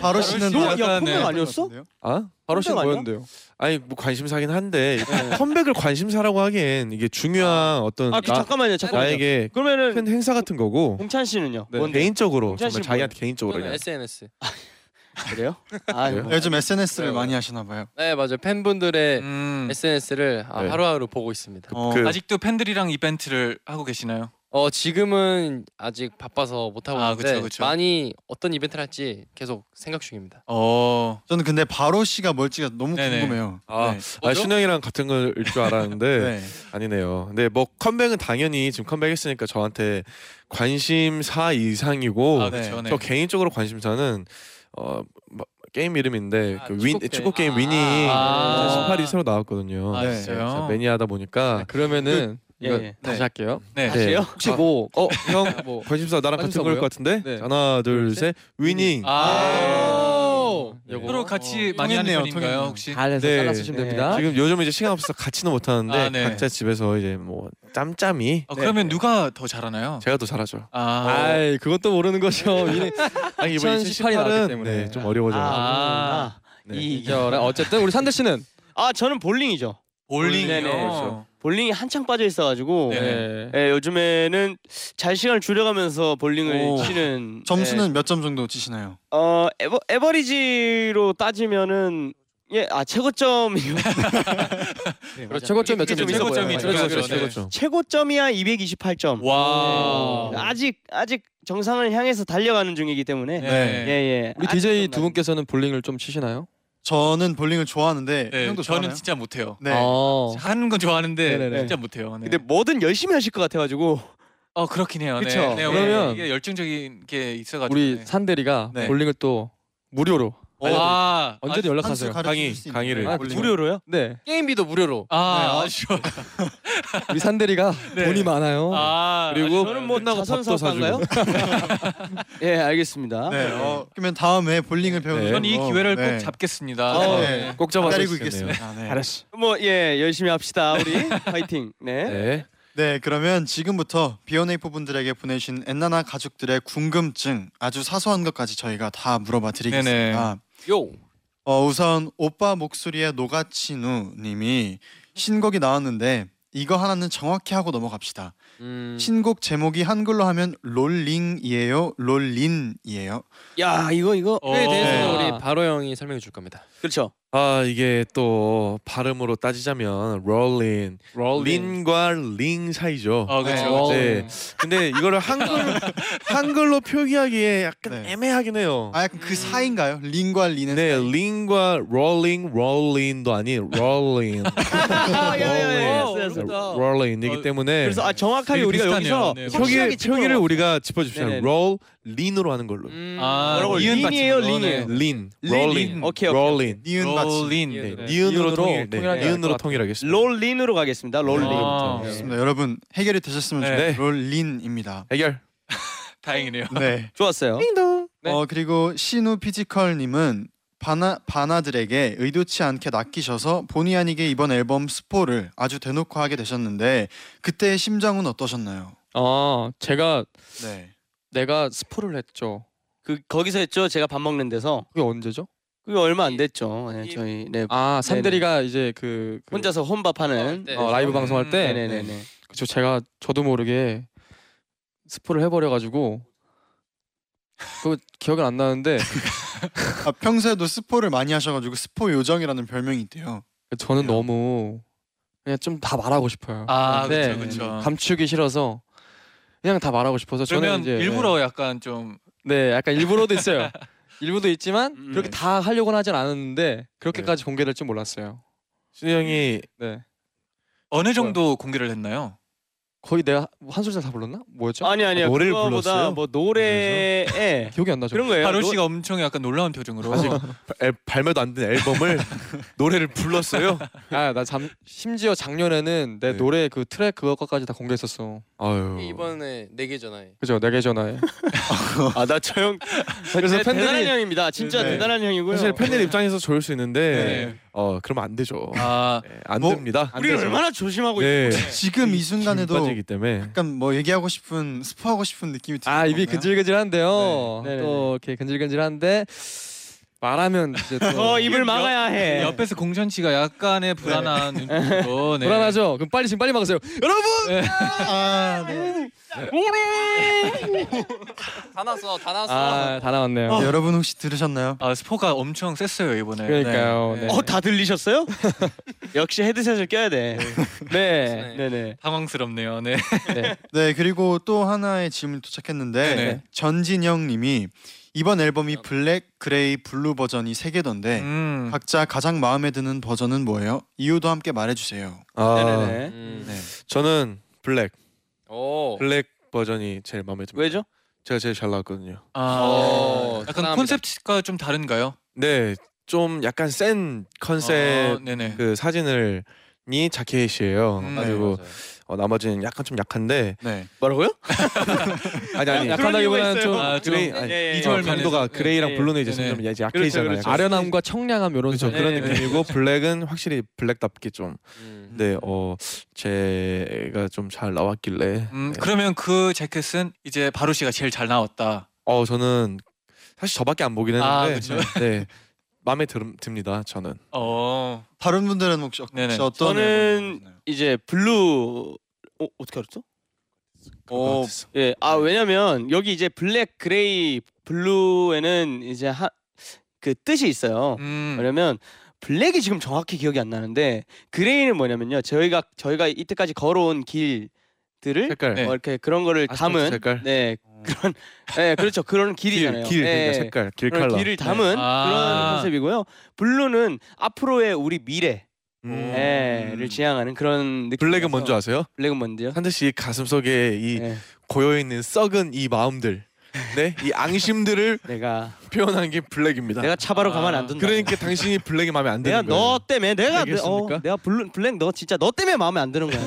Speaker 2: 바로 씨는
Speaker 3: 또-
Speaker 2: 나갈
Speaker 3: 야,
Speaker 2: 것
Speaker 3: 컴백
Speaker 5: 아니었어?
Speaker 2: 같은데요?
Speaker 4: 아?
Speaker 6: 바로
Speaker 5: 컴백
Speaker 6: 씨는
Speaker 5: 아니야?
Speaker 6: 뭐였는데요?
Speaker 4: 아니 뭐 관심사긴 한데 컴백을 관심사라고 하기엔 이게 중요한 어떤
Speaker 5: 아, 그,
Speaker 4: 나,
Speaker 5: 잠깐만요. 잠깐만요.
Speaker 4: 나에게
Speaker 5: 그러면은
Speaker 4: 큰 행사 같은 거고
Speaker 5: 홍찬 씨는요?
Speaker 6: 네.
Speaker 5: 뭔데?
Speaker 4: 개인적으로
Speaker 5: 홍찬
Speaker 4: 정말
Speaker 5: 씨는
Speaker 4: 자기한테 개인적으로 그냥
Speaker 6: SNS.
Speaker 5: 그래요? 아,
Speaker 4: 그래요?
Speaker 2: 요즘 SNS를
Speaker 6: 네,
Speaker 2: 많이 하시나 봐요.
Speaker 6: 네
Speaker 7: 네.
Speaker 6: 맞아요. 팬분들의
Speaker 3: 음,
Speaker 6: SNS를 아,
Speaker 4: 네.
Speaker 6: 하루하루 보고 있습니다.
Speaker 2: 어,
Speaker 4: 그-
Speaker 3: 아직도 팬들이랑 이벤트를 하고 계시나요?
Speaker 6: 어 지금은 아직 바빠서 못 하고
Speaker 3: 아,
Speaker 6: 있는데
Speaker 3: 그쵸, 그쵸.
Speaker 6: 많이 어떤 이벤트를 할지 계속 생각 중입니다.
Speaker 3: 어
Speaker 2: 저는 근데 바로 씨가 멀지가 너무
Speaker 3: 네네.
Speaker 2: 궁금해요.
Speaker 4: 아,
Speaker 2: 네.
Speaker 4: 아 신영이랑 같은 걸일 줄 알았는데
Speaker 2: [laughs] 네.
Speaker 4: 아니네요. 근데 뭐 컴백은 당연히 지금 컴백했으니까 저한테 관심사 이상이고
Speaker 3: 아 그렇죠. 네.
Speaker 4: 저 개인적으로 관심사는 어 뭐, 게임 이름인데 그 윈,
Speaker 6: 축구
Speaker 4: 축구 게임
Speaker 6: 게임.
Speaker 4: 위닝
Speaker 6: 아.
Speaker 4: 2018이 새로 나왔거든요.
Speaker 3: 아,
Speaker 4: 네.
Speaker 3: 진짜요?
Speaker 4: 그래서 매니아다 보니까
Speaker 6: 그러면은
Speaker 5: 예,
Speaker 6: 이거
Speaker 5: 예.
Speaker 6: 다시
Speaker 2: 네.
Speaker 6: 할게요.
Speaker 3: 네.
Speaker 4: 네.
Speaker 5: 다시요?
Speaker 4: 혹시 뭐 어, 형
Speaker 6: 뭐
Speaker 4: 관심사 나랑 같은
Speaker 6: 관심사
Speaker 4: 걸일
Speaker 6: 뭐요?
Speaker 4: 것 같은데
Speaker 6: 네.
Speaker 4: 하나 둘 셋 위닝
Speaker 6: 아,
Speaker 3: 아.
Speaker 6: 오! 요거.
Speaker 3: 서로 같이
Speaker 2: 어,
Speaker 3: 많이 하는
Speaker 2: 통했네요,
Speaker 3: 편인가요
Speaker 2: 통했네요.
Speaker 3: 혹시?
Speaker 6: 네, 잘해서
Speaker 4: 네.
Speaker 6: 잘라주시면
Speaker 5: 네.
Speaker 6: 됩니다.
Speaker 4: 지금 요즘 이제 시간 없어서 같이는 못 하는데
Speaker 3: 아, 네.
Speaker 4: 각자 집에서 이제 뭐 짬짬이
Speaker 3: 아, 그러면 누가 더 잘하나요?
Speaker 4: 제가 더 잘하죠.
Speaker 3: 아,
Speaker 6: 아이 그것도 모르는 거죠. 이는
Speaker 4: 아니
Speaker 6: 2018이 나왔기 때문에.
Speaker 4: 네, 좀 어려워져요.
Speaker 5: 아,
Speaker 4: 네.
Speaker 5: 이
Speaker 6: 이겨라. 어쨌든 우리 산들 씨는
Speaker 5: 아, 저는 볼링이죠.
Speaker 3: 볼링이요.
Speaker 5: 네네.
Speaker 3: 그렇죠.
Speaker 5: 볼링이 한창 빠져 있어가지고
Speaker 3: 네.
Speaker 6: 네.
Speaker 5: 예, 요즘에는 잘 시간을 줄여가면서 볼링을
Speaker 2: 오.
Speaker 5: 치는
Speaker 2: 점수는
Speaker 5: 예,
Speaker 2: 몇 점 정도 치시나요?
Speaker 5: 어 에버, 에버리지로 따지면은 예, 아 최고점이
Speaker 3: [laughs]
Speaker 6: 그렇죠. 최고점 몇
Speaker 5: 이게
Speaker 6: 점?
Speaker 5: 좀
Speaker 6: 있어 보여요.
Speaker 3: 최고점이
Speaker 6: 그렇죠,
Speaker 3: 있어요.
Speaker 6: 그렇죠,
Speaker 3: 네.
Speaker 6: 그렇죠.
Speaker 5: 최고점이야 228점. 네.
Speaker 3: 와.
Speaker 5: 아직 아직 정상을 향해서 달려가는 중이기 때문에
Speaker 3: 네.
Speaker 5: 예, 예.
Speaker 6: 우리
Speaker 5: 아직
Speaker 6: DJ
Speaker 5: 좀
Speaker 6: 두 분께서는 볼링을 좀 치시나요?
Speaker 2: 저는 볼링을 좋아하는데
Speaker 3: 네,
Speaker 2: 형도
Speaker 3: 저는
Speaker 2: 좋아하나요?
Speaker 3: 진짜 못해요.
Speaker 2: 네.
Speaker 6: 어.
Speaker 3: 하는 건 좋아하는데
Speaker 6: 네네네.
Speaker 3: 진짜 못해요. 네.
Speaker 5: 근데 뭐든 열심히 하실 것 같아가지고
Speaker 3: 어 그렇긴 해요.
Speaker 5: 그쵸?
Speaker 3: 네. 네,
Speaker 6: 그러면
Speaker 3: 이게 열정적인 게 있어가지고
Speaker 6: 우리
Speaker 3: 네. 어,
Speaker 6: 산대리가
Speaker 2: 네.
Speaker 6: 볼링을 또 무료로
Speaker 3: 와.
Speaker 6: 언제든 연락하세요.
Speaker 4: 강의, 강의를.
Speaker 6: 아,
Speaker 5: 무료로요?
Speaker 6: 네. 게임비도 무료로.
Speaker 3: 아,
Speaker 6: 네,
Speaker 3: 아쉬워.
Speaker 6: 우리 산대리가
Speaker 3: 네.
Speaker 6: 돈이 많아요.
Speaker 3: 아,
Speaker 4: 그리고
Speaker 3: 아쉬워요.
Speaker 5: 저는 뭐
Speaker 4: 끝나고
Speaker 5: 자선
Speaker 4: 밥도
Speaker 5: 사업가인가요? 예, 알겠습니다.
Speaker 2: 네. 어, 그러면 다음에 볼링을 배우는
Speaker 4: 네.
Speaker 3: 저는 이
Speaker 6: 어.
Speaker 2: 걸로.
Speaker 3: 기회를
Speaker 2: 네.
Speaker 3: 꼭 잡겠습니다.
Speaker 6: 아,
Speaker 2: 어,
Speaker 3: 네.
Speaker 2: 네.
Speaker 4: 꼭 잡아서
Speaker 2: 기다리고
Speaker 4: 해주시겠네요.
Speaker 2: 있겠습니다. 네.
Speaker 5: 뭐 예, 열심히 합시다. 우리 파이팅. 네.
Speaker 4: 네.
Speaker 2: 네, 그러면 지금부터 비오네이포 분들에게 보내신 엔나나 가족들의 궁금증 아주 사소한 것까지 저희가 다 물어봐 드리겠습니다.
Speaker 6: 요.
Speaker 2: 어, 우선 오빠 목소리의 노가치누님이 신곡이 나왔는데 이거 하나는 정확히 하고 넘어갑시다.
Speaker 6: 음.
Speaker 2: 신곡 제목이 한글로 하면 롤링이에요, 롤린이에요.
Speaker 5: 야, 이거 이거
Speaker 3: 어.
Speaker 6: 에
Speaker 2: 대해서는
Speaker 6: 대해서 우리 바로 형이 설명해 줄 겁니다.
Speaker 5: 그렇죠.
Speaker 4: 아 이게 또 발음으로 따지자면 롤린 린과 링 사이죠.
Speaker 3: 아
Speaker 2: 그쵸,
Speaker 3: 그렇죠.
Speaker 4: 네. 근데 이거를 한글 한글로 표기하기에 약간
Speaker 2: 네.
Speaker 4: 애매하긴 해요.
Speaker 2: 아 약간 그 사이인가요? 링과 리는
Speaker 4: 네, 링과 롤링 롤린도 아닌 롤린
Speaker 5: 아, 예, 예, 예.
Speaker 6: 오,
Speaker 5: yes, yes.
Speaker 6: 어렵다.
Speaker 4: 롤린이기
Speaker 3: 어,
Speaker 4: 때문에
Speaker 5: 그래서 아, 정확하게
Speaker 3: 되게
Speaker 5: 우리가
Speaker 3: 비슷하네요.
Speaker 5: 여기서
Speaker 3: 네.
Speaker 4: 표기
Speaker 5: 확실하게 짚어요.
Speaker 4: 표기를 우리가 짚어줍시다.
Speaker 5: 네네.
Speaker 4: 롤린으로 하는 걸로.
Speaker 6: 음.
Speaker 3: 아,
Speaker 5: 뭐라고
Speaker 3: 이은
Speaker 5: 린이에요,
Speaker 3: 받침으로, 네.
Speaker 5: 린이에요.
Speaker 4: 린,
Speaker 2: 린,
Speaker 4: 롤린,
Speaker 2: 린.
Speaker 5: 오케이, 오케이.
Speaker 4: 롤린.
Speaker 2: 니은 같이
Speaker 3: 롤린.
Speaker 4: 네,
Speaker 3: 네.
Speaker 4: 니은으로
Speaker 6: 니은으로
Speaker 4: 통일, 네,
Speaker 6: 통일하게 할
Speaker 4: 니은으로
Speaker 6: 것
Speaker 4: 통일하겠습니다.
Speaker 5: 롤린으로 가겠습니다. 롤린.
Speaker 3: 아.
Speaker 5: 예.
Speaker 2: 좋습니다. 여러분 해결이 되셨으면
Speaker 3: 네.
Speaker 2: 좋겠어요. 롤린입니다.
Speaker 4: 해결.
Speaker 3: 다행이네요.
Speaker 2: 네.
Speaker 5: 좋았어요.
Speaker 6: 네.
Speaker 2: 어 그리고 신우 피지컬님은 바나 바나들에게 의도치 않게 낚이셔서 본의 아니게 이번 앨범 스포를 아주 대놓고 하게 되셨는데 그때의 심정은 어떠셨나요?
Speaker 6: 아 제가
Speaker 2: 네.
Speaker 6: 내가 스포를 했죠.
Speaker 5: 그 거기서 했죠. 제가 밥 먹는 데서.
Speaker 6: 그게 언제죠?
Speaker 5: 그게 얼마 안 됐죠. 예,
Speaker 6: 이-
Speaker 5: 저희 네.
Speaker 6: 아 산대리가 이제 그, 그
Speaker 5: 혼자서 혼밥하는
Speaker 3: 네.
Speaker 6: 어, 라이브 방송할 때
Speaker 5: 네, 네, 네.
Speaker 6: 그쵸 제가 저도 모르게 스포를 해버려가지고 그 기억은 안 나는데
Speaker 2: 아, 평소에도 스포를 많이 하셔가지고 스포 요정이라는 별명이 있대요.
Speaker 6: 저는 너무 그냥 좀 다 말하고 싶어요.
Speaker 3: 아
Speaker 6: 근데
Speaker 3: 그렇죠 그렇죠.
Speaker 6: 감추기 싫어서 그냥 다 말하고 싶어서
Speaker 3: 그러면
Speaker 6: 저는 이제
Speaker 3: 일부러 약간 좀
Speaker 6: 네 약간 일부러도 있어요. 일부도 있지만
Speaker 5: 음,
Speaker 6: 그렇게
Speaker 2: 네.
Speaker 6: 다 하려고는 하진 않았는데 그렇게까지 공개될 줄 몰랐어요.
Speaker 4: 신우 형이
Speaker 6: 네
Speaker 3: 어느 정도 공개를 했나요?
Speaker 6: 거의 내가 한 소절 다 불렀나? 뭐였죠?
Speaker 5: 아니 아니요.
Speaker 4: 노래를
Speaker 5: 그거보다
Speaker 4: 불렀어요?
Speaker 5: 뭐 노래에
Speaker 6: 기억이 안 나죠.
Speaker 5: 그런 거예요.
Speaker 3: 하루
Speaker 6: 뭐-
Speaker 5: 노-
Speaker 3: 씨가 엄청 약간 놀라운 표정으로
Speaker 4: 아직 앨- 발매도 안 된 앨범을 노래를 불렀어요.
Speaker 6: 아나 잠 심지어 작년에는 내
Speaker 4: 네.
Speaker 6: 노래 그 트랙 그거까지 다 공개했었어.
Speaker 4: 아유.
Speaker 7: 이번에 네 개잖아요.
Speaker 6: 그죠? 내게 전화해.
Speaker 5: 아, 나 저 형.
Speaker 6: 그래서
Speaker 5: 네, 대단한
Speaker 6: 팬들이
Speaker 5: 형입니다. 진짜
Speaker 2: 네.
Speaker 5: 대단한 형이고요.
Speaker 4: 사실 팬들 입장에서 좋을 수 있는데
Speaker 3: 네.
Speaker 4: 어 그러면 안 되죠.
Speaker 3: 아
Speaker 4: 네, 안
Speaker 2: 뭐-
Speaker 4: 됩니다.
Speaker 5: 우리 얼마나 조심하고
Speaker 4: 네.
Speaker 5: 있는 거지?
Speaker 2: 지금 이 순간에도
Speaker 4: 빠지기 때문에
Speaker 2: 약간 뭐 얘기하고 싶은 스포하고 싶은 느낌이 드는
Speaker 6: 아 입이
Speaker 2: 건가요?
Speaker 6: 근질근질한데요.
Speaker 5: 네. 네네네.
Speaker 6: 또 이렇게 근질근질한데 말하면 이제 또
Speaker 5: 어 입을 막아야 해. [laughs]
Speaker 3: 옆에서 공천 씨가 약간의 불안한 눈빛으로 네.
Speaker 6: 네. 불안하죠. 그럼 빨리 지금 빨리 막으세요. 여러분
Speaker 2: 아, 네.
Speaker 4: 네.
Speaker 7: 다 나왔어, 다 나왔어.
Speaker 6: 아 다 나왔네요.
Speaker 2: 네, 여러분 혹시 들으셨나요?
Speaker 3: 아 스포가 엄청 셌어요 이번에.
Speaker 6: 그러니까요. 네.
Speaker 5: 어 다 들리셨어요?
Speaker 4: [laughs]
Speaker 5: 역시 헤드셋을 껴야 돼.
Speaker 6: 네.
Speaker 5: 네. 네
Speaker 3: 당황스럽네요. 네.
Speaker 2: 네 그리고 또 하나의 질문 이 도착했는데
Speaker 3: 네네.
Speaker 2: 전진영님이 이번 앨범이 블랙, 그레이, 블루 버전이 세 개던데
Speaker 3: 음.
Speaker 2: 각자 가장 마음에 드는 버전은 뭐예요? 이유도 함께 말해주세요.
Speaker 4: 아,
Speaker 5: 네네네.
Speaker 7: 음.
Speaker 2: 네.
Speaker 4: 저는 블랙
Speaker 7: 오.
Speaker 4: 블랙 버전이 제일 마음에 듭니다.
Speaker 5: 왜죠?
Speaker 4: 제가 제일 잘 나왔거든요.
Speaker 3: 아.
Speaker 7: 어,
Speaker 3: 약간
Speaker 7: 대단합니다.
Speaker 3: 콘셉트가 좀 다른가요?
Speaker 4: 네, 좀 약간 센 컨셉
Speaker 3: 어, 네네.
Speaker 4: 그 사진을 이 자켓이에요.
Speaker 5: 네,
Speaker 3: 음.
Speaker 4: 그리고 어, 나머지는 약간 좀 약한데
Speaker 2: 네.
Speaker 4: 뭐라고요? [laughs] 아니 아니
Speaker 6: 약간
Speaker 5: 이유가
Speaker 6: 다기보다는 좀
Speaker 3: 아, 좀
Speaker 4: 그레이 아니,
Speaker 5: 예, 예,
Speaker 4: 어,
Speaker 3: 비주얼
Speaker 5: 예.
Speaker 4: 강도가
Speaker 5: 네,
Speaker 4: 그레이랑
Speaker 5: 네.
Speaker 4: 블루는 이제
Speaker 3: 네네.
Speaker 4: 점점 이제 약해지잖아요.
Speaker 5: 그렇죠, 그렇죠.
Speaker 6: 아련함과 청량함 이런
Speaker 4: 그렇죠.
Speaker 6: 거.
Speaker 4: 그런
Speaker 5: 네, 네.
Speaker 4: 느낌이고 블랙은 확실히 블랙답게 좀
Speaker 7: 음.
Speaker 4: 네, 어 제가 좀 잘 나왔길래
Speaker 3: 음,
Speaker 4: 네.
Speaker 3: 그러면 그 재킷은 이제 바로 씨가 제일 잘 나왔다.
Speaker 4: 어 저는 사실 저밖에 안 보긴 했는데
Speaker 3: 아, 그쵸.
Speaker 4: [laughs] 네 마음에 들, 듭니다 저는
Speaker 3: 어.
Speaker 2: 다른 분들은 혹시, 혹시
Speaker 3: 네네.
Speaker 2: 어떤
Speaker 5: 저는-
Speaker 2: 앨범 좋아하시나요?
Speaker 5: 이제 블루 어 어떻게 알았죠?
Speaker 4: 어,
Speaker 5: 예, 아 왜냐면 여기 이제 블랙, 그레이, 블루에는 이제 하, 그 뜻이 있어요.
Speaker 3: 음.
Speaker 5: 왜냐면 블랙이 지금 정확히 기억이 안 나는데 그레이는 뭐냐면요. 저희가 저희가 이때까지 걸어온 길들을
Speaker 4: 색깔
Speaker 3: 네.
Speaker 5: 뭐 이렇게 그런 거를
Speaker 4: 아스팔트
Speaker 5: 담은
Speaker 4: 색깔? 어.
Speaker 5: 네 그런 네 그렇죠 그런 길이잖아요.
Speaker 4: [laughs] 길, 길
Speaker 5: 예,
Speaker 4: 그러니까 네. 색깔 길
Speaker 5: 그런
Speaker 4: 컬러
Speaker 5: 길을 담은
Speaker 3: 아.
Speaker 5: 그런 컨셉이고요. 블루는 앞으로의 우리 미래를 예,
Speaker 4: 음.
Speaker 5: 지향하는 그런 느낌.
Speaker 4: 블랙은 뭔지 아세요?
Speaker 5: 블랙은 뭔지요?
Speaker 4: 한대 씨 가슴 속에 이
Speaker 5: 네,
Speaker 4: 고여 있는 썩은 이 마음들, 네, 이 앙심들을 [laughs]
Speaker 5: 내가
Speaker 4: 표현한 게 블랙입니다.
Speaker 5: 내가 차바로
Speaker 3: 아.
Speaker 5: 가만 안 둔다.
Speaker 4: 그러니까 당신이 블랙이 마음에 안
Speaker 5: 내가
Speaker 4: 드는 거예요.
Speaker 5: 너 때문에 내가 내- 어,
Speaker 4: 알겠습니까?
Speaker 5: 내가 블루, 블랙 너 진짜 너 때문에 마음에 안
Speaker 4: [laughs]
Speaker 5: 드는 거야.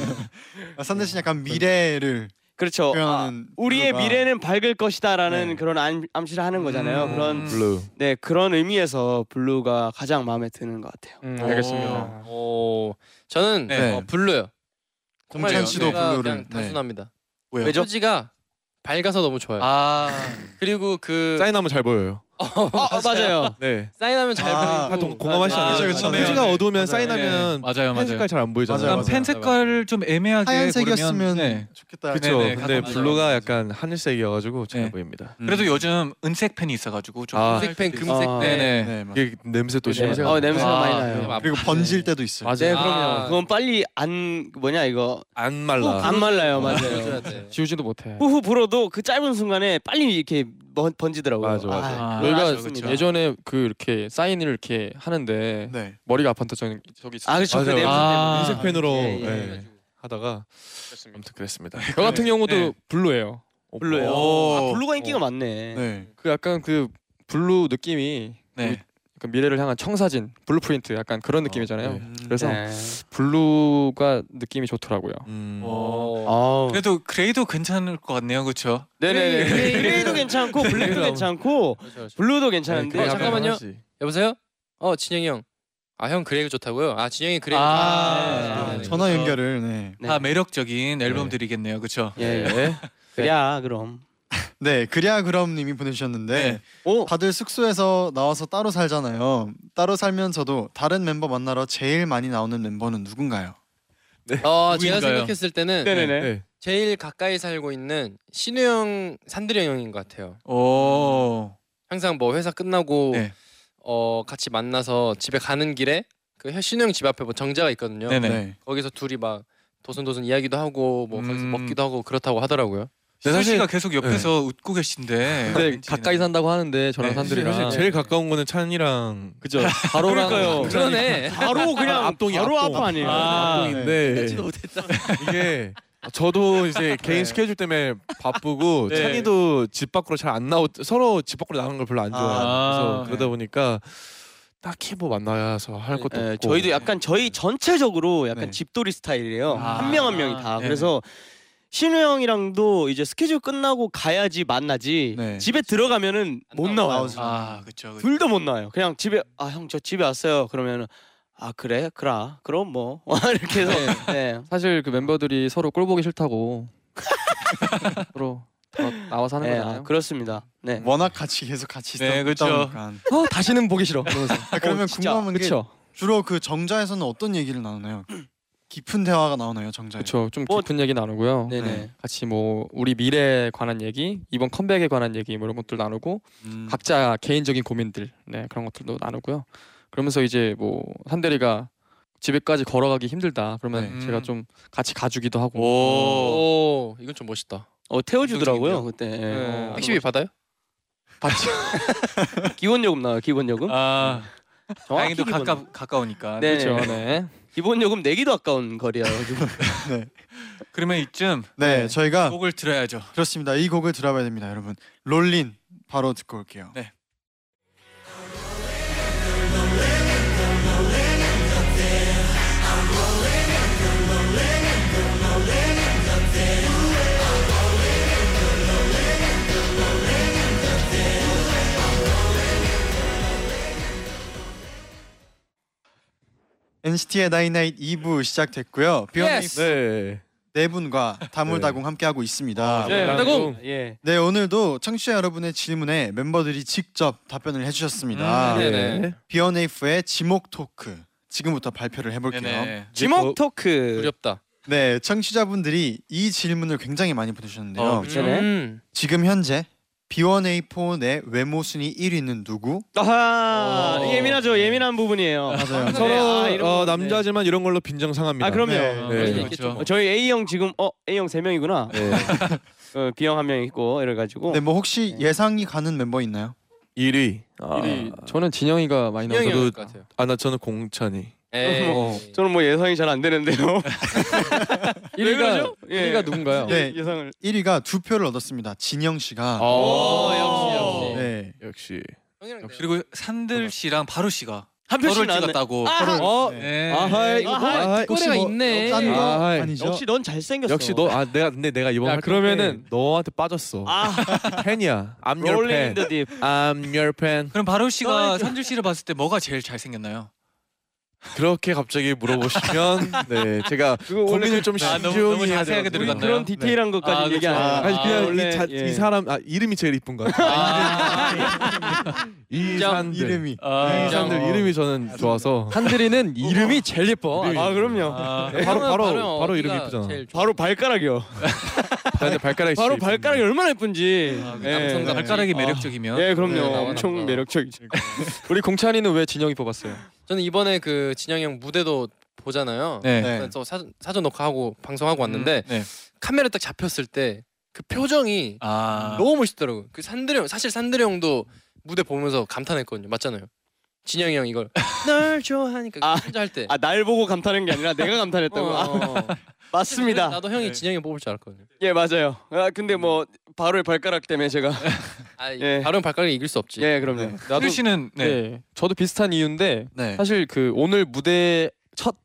Speaker 2: 아, 산대 씨 약간 미래를
Speaker 5: 그렇죠. 아,
Speaker 2: 표현하는
Speaker 5: 우리의
Speaker 2: 블루가-
Speaker 5: 미래는 밝을 것이다라는
Speaker 2: 네.
Speaker 5: 그런 암, 암시를 하는 거잖아요.
Speaker 3: 음.
Speaker 5: 그런
Speaker 4: 블루.
Speaker 5: 네 그런 의미에서 블루가 가장 마음에 드는 것 같아요.
Speaker 6: 음,
Speaker 3: 어.
Speaker 6: 알겠습니다.
Speaker 7: 오. 어, 저는
Speaker 3: 네.
Speaker 7: 어, 블루요. 정말요.
Speaker 2: 공찬 씨도
Speaker 7: 제가
Speaker 2: 블루를,
Speaker 7: 그냥
Speaker 2: 네.
Speaker 7: 단순합니다.
Speaker 2: 왜요?
Speaker 5: 아,
Speaker 7: 표지가 밝아서 너무 좋아요.
Speaker 3: 아.
Speaker 7: 그리고 그
Speaker 4: 사인하면 잘 보여요.
Speaker 5: 아, 아, 맞아요.
Speaker 4: 네.
Speaker 7: 사인하면 잘
Speaker 2: 아,
Speaker 7: 보이고
Speaker 4: 동- 공감하시지
Speaker 7: 아,
Speaker 4: 않으세요?
Speaker 2: 그쵸, 그쵸.
Speaker 7: 맞아요.
Speaker 4: 표지가 어두우면
Speaker 3: 네,
Speaker 7: 맞아요.
Speaker 4: 사인하면
Speaker 8: 맞아요,
Speaker 4: 펜
Speaker 8: 맞아요.
Speaker 4: 색깔 잘 안
Speaker 2: 맞아요,
Speaker 4: 보이잖아요.
Speaker 2: 맞아요.
Speaker 3: 펜 색깔을 좀 애매하게
Speaker 2: 하얀색이었으면
Speaker 3: 고르면, 네.
Speaker 2: 좋겠다.
Speaker 4: 그렇죠.
Speaker 3: 네네,
Speaker 4: 근데
Speaker 3: 가끔
Speaker 4: 블루가
Speaker 3: 맞아요.
Speaker 4: 약간 하늘색이어가지고 잘
Speaker 3: 네.
Speaker 4: 보입니다.
Speaker 3: 그래도 요즘 은색 펜이 있어가지고 좀
Speaker 4: 아,
Speaker 3: 색깔 수도
Speaker 7: 색펜 금색
Speaker 5: 아,
Speaker 3: 있어요. 네네.
Speaker 2: 네, 맞아요.
Speaker 4: 이게 냄새 또 심해요.
Speaker 5: 어, 냄새가
Speaker 4: 아,
Speaker 5: 많이 나요.
Speaker 2: 그리고 번질 때도 있어요.
Speaker 5: 네,
Speaker 7: 아.
Speaker 5: 그럼요. 그건 빨리 안그 뭐냐 이거
Speaker 4: 안 말라.
Speaker 5: 안 말라요, 맞아요.
Speaker 7: 보여줘야 돼.
Speaker 6: 지우지도 못해.
Speaker 5: 후후 불어도 그 짧은 순간에 빨리 이렇게 번, 번지더라고요.
Speaker 4: 맞아, 맞아.
Speaker 5: 아,
Speaker 6: 저희가
Speaker 5: 아쉽습니다.
Speaker 6: 예전에 그 이렇게 사인을 이렇게 하는데
Speaker 2: 네.
Speaker 6: 머리가 아팠던 적이 저기 있어요.
Speaker 5: 아, 그렇죠. 그
Speaker 4: 맞아요.
Speaker 5: 냄새 때문에.
Speaker 4: 흰색 펜으로
Speaker 5: 예, 예.
Speaker 4: 네, 하다가 아무튼 그랬습니다.
Speaker 6: 저 같은 경우도
Speaker 3: 네.
Speaker 6: 어, 블루예요.
Speaker 5: 블루예요.
Speaker 7: 어.
Speaker 2: 오.
Speaker 5: 아, 블루가 인기가
Speaker 4: 어.
Speaker 5: 많네.
Speaker 2: 네.
Speaker 6: 그 약간 그 블루 느낌이
Speaker 3: 네.
Speaker 6: 약간 미래를 향한 청사진, 블루프린트 약간 그런 느낌이잖아요.
Speaker 7: 음,
Speaker 4: 네.
Speaker 6: 그래서
Speaker 5: 네.
Speaker 6: 블루가 느낌이 좋더라고요.
Speaker 4: 음.
Speaker 7: 오.
Speaker 5: 아우.
Speaker 3: 네. 그래도 그레이도 괜찮을 것 같네요, 그렇죠?
Speaker 5: 네네네. 그레이도 괜찮고 그렇죠, 네, 블랙도 괜찮고 블루도
Speaker 4: 어,
Speaker 5: 괜찮은데
Speaker 7: 그레이 잠깐만요.
Speaker 4: 하지.
Speaker 7: [laughs] 여보세요? 어 진영이 형. 아 형 그레이가 좋다고요? 아 진영이 그레이.
Speaker 5: 아,
Speaker 7: 아,
Speaker 5: 네.
Speaker 2: 전화 연결을 네.
Speaker 5: 네.
Speaker 3: 다 매력적인 앨범들이겠네요, 그렇죠?
Speaker 5: 예, 예. 그래야 그럼.
Speaker 2: 네, 그랴 그럼 님이 보내주셨는데
Speaker 3: 네.
Speaker 5: 오.
Speaker 2: 다들 숙소에서 나와서 따로 살잖아요. 따로 살면서도 다른 멤버 만나러 제일 많이 나오는 멤버는 누군가요?
Speaker 6: 네.
Speaker 7: 어 제가
Speaker 3: 누구인가요?
Speaker 7: 생각했을 때는
Speaker 5: 네네네.
Speaker 4: 네.
Speaker 7: 제일 가까이 살고 있는 신우 형, 산드령 형인 것 같아요.
Speaker 3: 오,
Speaker 7: 항상 뭐 회사 끝나고
Speaker 3: 네.
Speaker 7: 어 같이 만나서 집에 가는 길에 그 혀- 신우 형 집 앞에 뭐 정자가 있거든요.
Speaker 3: 네네.
Speaker 7: 거기서 둘이 막 도선도선 이야기도 하고 뭐 거기서
Speaker 3: 음.
Speaker 7: 먹기도 하고 그렇다고 하더라고요.
Speaker 3: 네,
Speaker 4: 사실-
Speaker 3: 씨가 계속 옆에서 웃고 계신데
Speaker 6: 근데 가까이 산다고 하는데 저랑
Speaker 3: 네.
Speaker 6: 산들이랑
Speaker 4: 사실 제일 가까운 거는 찬이랑
Speaker 6: 그죠. 바로랑
Speaker 5: 그러니까요.
Speaker 7: 그러네.
Speaker 5: 바로 그냥
Speaker 4: 앞동이,
Speaker 5: 바로
Speaker 4: 앞동.
Speaker 5: 앞 아니에요.
Speaker 4: 네. 이게 저도 이제 개인 스케줄 때문에 바쁘고
Speaker 6: 네.
Speaker 4: 찬이도 집 밖으로 잘 안 나오 서로 집 밖으로 나가는 걸 별로 안 좋아해요.
Speaker 3: 아,
Speaker 4: 그래서
Speaker 3: 네.
Speaker 4: 그러다 보니까 딱히 뭐 만나서 할 것도
Speaker 5: 예,
Speaker 4: 없고
Speaker 5: 저희도 약간 저희 전체적으로 약간
Speaker 2: 네.
Speaker 5: 집돌이 스타일이에요.
Speaker 3: 아.
Speaker 5: 한 명 한 명이 다.
Speaker 3: 네네.
Speaker 5: 그래서 신우 형이랑도 이제 스케줄 끝나고 가야지 만나지.
Speaker 2: 네.
Speaker 5: 집에 들어가면은
Speaker 7: 안
Speaker 5: 못
Speaker 7: 나와요.
Speaker 5: 나와요.
Speaker 3: 아, 그렇죠.
Speaker 5: 둘 다 못 나와요. 그냥 집에 아 형 저 집에 왔어요. 그러면은 아 그래 그라 그럼 뭐 [laughs] 이렇게 해서 네.
Speaker 6: 사실 그 멤버들이 서로 꼴 보기 싫다고 서로 다 나와서 하는
Speaker 5: 네, 아,
Speaker 6: 거잖아요.
Speaker 5: 그렇습니다. 네.
Speaker 2: 워낙 같이 계속 같이 있다
Speaker 3: 네, 그쵸.
Speaker 2: 보니까.
Speaker 6: 어, 다시는 보기 싫어. 그러면서.
Speaker 2: 아, 그러면
Speaker 5: 어, 진짜.
Speaker 2: 궁금한 게
Speaker 6: 그쵸.
Speaker 2: 주로 그 정자에서는 어떤 얘기를 나누나요? [clears throat] 깊은 대화가 나오나요, 정자에?
Speaker 6: 그쵸. 좀
Speaker 5: 뭐-
Speaker 6: 깊은 얘기 나누고요.
Speaker 5: 네네.
Speaker 6: 같이 뭐 우리 미래에 관한 얘기, 이번 컴백에 관한 얘기 뭐 이런 것들 나누고
Speaker 2: 음.
Speaker 6: 각자 개인적인 고민들 네 그런 것들도 나누고요. 그러면서 이제 뭐 한대리가 집에까지 걸어가기 힘들다. 그러면
Speaker 3: 네.
Speaker 6: 제가 좀 같이 가주기도 하고.
Speaker 4: 어,
Speaker 7: 오, 이건 좀 멋있다.
Speaker 5: 어 태워주더라고요 그때. 네.
Speaker 6: 네.
Speaker 7: 택시비 받아요? 아,
Speaker 5: 기본 요금 나와요 기본 요금.
Speaker 3: 아,
Speaker 5: 정확히
Speaker 3: 다행히도
Speaker 5: 기본
Speaker 3: 가까 가까우니까.
Speaker 5: 네.
Speaker 6: 그렇죠. 네.
Speaker 5: 기본 요금 내기도 아까운 거리야.
Speaker 3: 그러면 이쯤
Speaker 2: 네, 저희가
Speaker 3: 곡을 들어야죠.
Speaker 2: 그렇습니다. 이 곡을 들어봐야 됩니다, 여러분. 롤린 바로 듣고 올게요.
Speaker 3: 네.
Speaker 2: NCT의 나이나잇 2부 시작됐고요. 비욘
Speaker 4: 네.
Speaker 2: 네 분과 다물다공 함께하고
Speaker 5: 아,
Speaker 2: 있습니다.
Speaker 4: 네,
Speaker 7: 나고.
Speaker 5: 예.
Speaker 2: 네 오늘도 청취자 여러분의 질문에 멤버들이 직접 답변을 해주셨습니다.
Speaker 3: 음,
Speaker 7: 네네.
Speaker 2: B&F의 지목 토크 지금부터 발표를 해볼게요. 네
Speaker 5: 지목 토크.
Speaker 7: 두렵다.
Speaker 2: 청취자분들이 이 질문을 굉장히 많이 보내주셨는데요.
Speaker 3: 어,
Speaker 6: 그렇죠.
Speaker 5: 그쵸. 네네.
Speaker 7: 음.
Speaker 2: 지금 현재 B1A4 내 외모 순위 1위는 누구?
Speaker 5: 아하
Speaker 7: 오.
Speaker 5: 예민하죠 예민한 부분이에요.
Speaker 2: 맞아요.
Speaker 4: 서로
Speaker 5: 아, 이런
Speaker 4: 어,
Speaker 5: 거.
Speaker 4: 남자지만 이런 걸로 빈정 상합니다.
Speaker 5: 아 그럼요.
Speaker 2: 네.
Speaker 3: 아,
Speaker 4: 네.
Speaker 3: 그렇죠,
Speaker 7: 있겠죠.
Speaker 3: 그렇죠.
Speaker 5: 어, 저희 A 형 지금 어 A 형 세 명이구나.
Speaker 4: 네.
Speaker 5: 어, B 형 한 명 있고 이래가지고.
Speaker 2: 네, 뭐 혹시 예상이 가는 멤버 있나요?
Speaker 4: 1위. 아,
Speaker 6: 일이 저는 진영이가 많이
Speaker 7: 신영이
Speaker 6: 나오고
Speaker 7: 형일 것 같아요.
Speaker 4: 아, 나 저는 공찬이.
Speaker 7: 에이.
Speaker 5: 어, 저는 뭐 예상이 잘 안 [laughs] 되는데요.
Speaker 6: 1위가
Speaker 5: 예.
Speaker 6: 1위가 누군가요?
Speaker 2: 네. 어.
Speaker 5: 예상을.
Speaker 2: 1위가 두 표를 얻었습니다. 진영 씨가.
Speaker 5: 아,
Speaker 7: 오, 역시 역시.
Speaker 2: 네.
Speaker 4: 역시.
Speaker 7: 형이랑 내가-
Speaker 3: 그리고 산들 씨랑 바로 씨가
Speaker 5: 한
Speaker 3: 서로를
Speaker 5: 표씩 나왔네.
Speaker 3: 찍었다고.
Speaker 5: 아,
Speaker 4: 어.
Speaker 2: 네.
Speaker 3: 네.
Speaker 6: 아하 이거
Speaker 5: 아하,
Speaker 6: 아하,
Speaker 7: 꼬리가
Speaker 2: 혹시 뭐
Speaker 7: 있네.
Speaker 2: 딴거
Speaker 4: 아,
Speaker 2: 아니죠?
Speaker 5: 역시 넌 잘생겼어.
Speaker 4: 역시 너 아 내가 근데 내가 이번
Speaker 6: 야,
Speaker 4: 활동 때
Speaker 6: 그러면은-
Speaker 4: 너한테 빠졌어.
Speaker 5: 아
Speaker 4: 팬이야. I'm your
Speaker 5: 롤링 인
Speaker 4: fan.
Speaker 5: 더 딥.
Speaker 4: I'm your fan.
Speaker 3: 그럼 바로 씨가 산들 씨를 봤을 때 뭐가 제일 잘 생겼나요?
Speaker 4: 그렇게 갑자기 물어보시면 네 제가
Speaker 5: 그거
Speaker 4: 고민을 좀
Speaker 9: 아, 너무-
Speaker 4: 신중히
Speaker 9: 너무
Speaker 4: 해야
Speaker 9: 자세하게
Speaker 4: 돼가지고.
Speaker 9: 들어갔나요? 그런
Speaker 5: 그런 디테일한 것까지
Speaker 9: 아,
Speaker 5: 얘기
Speaker 9: 그쵸.
Speaker 5: 안 해요.
Speaker 4: 아니 그냥 이, 자,
Speaker 5: 예.
Speaker 4: 이 사람 아 이름이 제일 이쁜 것 같아요. 이 사람들
Speaker 2: 이름이
Speaker 3: 네.
Speaker 9: 아,
Speaker 4: 이 사람들 이름이 저는 좋아서
Speaker 6: 한들이는 이름이 제일 예뻐.
Speaker 4: 이름이
Speaker 6: 아,
Speaker 4: 그럼요.
Speaker 9: 아,
Speaker 4: 바로 바로
Speaker 7: 형은
Speaker 4: 바로 이름
Speaker 7: 어디가
Speaker 4: 이쁘잖아. 아,
Speaker 7: 제일 좋아?
Speaker 5: 바로 발가락이요.
Speaker 4: 근데 발가락이
Speaker 5: 바로
Speaker 4: 진짜
Speaker 5: 발가락이 얼마나 예쁜지.
Speaker 9: 아, 그
Speaker 5: 예.
Speaker 9: 남성과 발가락이
Speaker 5: 아.
Speaker 9: 매력적이면
Speaker 5: 예, 그럼요.
Speaker 7: 네, 나오나
Speaker 5: 엄청
Speaker 7: 보다.
Speaker 5: 매력적이죠.
Speaker 6: 네. 우리 공찬이는 왜 진영이 뽑았어요?
Speaker 7: 저는 이번에 그 진영이 형 무대도 보잖아요.
Speaker 3: 네.
Speaker 2: 네.
Speaker 7: 또 사전, 사전 녹화하고 방송하고 왔는데
Speaker 3: 네.
Speaker 7: 카메라 딱 잡혔을 때 그 표정이
Speaker 3: 아
Speaker 7: 너무 멋있더라고요. 그 산드리 형 사실 산드리 형도 무대 보면서 감탄했거든요. 맞잖아요. 진영이 형 이걸 널 좋아하니까
Speaker 5: 아.
Speaker 7: 혼자 할 때.
Speaker 5: 아, 날 보고 감탄한 게 아니라 내가 감탄했다고.
Speaker 7: 어,
Speaker 5: 아,
Speaker 7: 어.
Speaker 5: 맞습니다.
Speaker 7: 나도 형이 진영이 형 뽑을 줄 알았거든요.
Speaker 5: 예, 맞아요. 아, 근데 뭐 바로의 발가락 때문에 제가
Speaker 7: 아,
Speaker 5: 예.
Speaker 7: 바로 발가락이 이길 수 없지.
Speaker 5: 예, 그럼요.
Speaker 2: 네.
Speaker 6: 나도
Speaker 3: 실 씨는
Speaker 6: 네.
Speaker 3: 네.
Speaker 6: 저도 비슷한 이유인데
Speaker 2: 네.
Speaker 6: 사실 그 오늘 무대 첫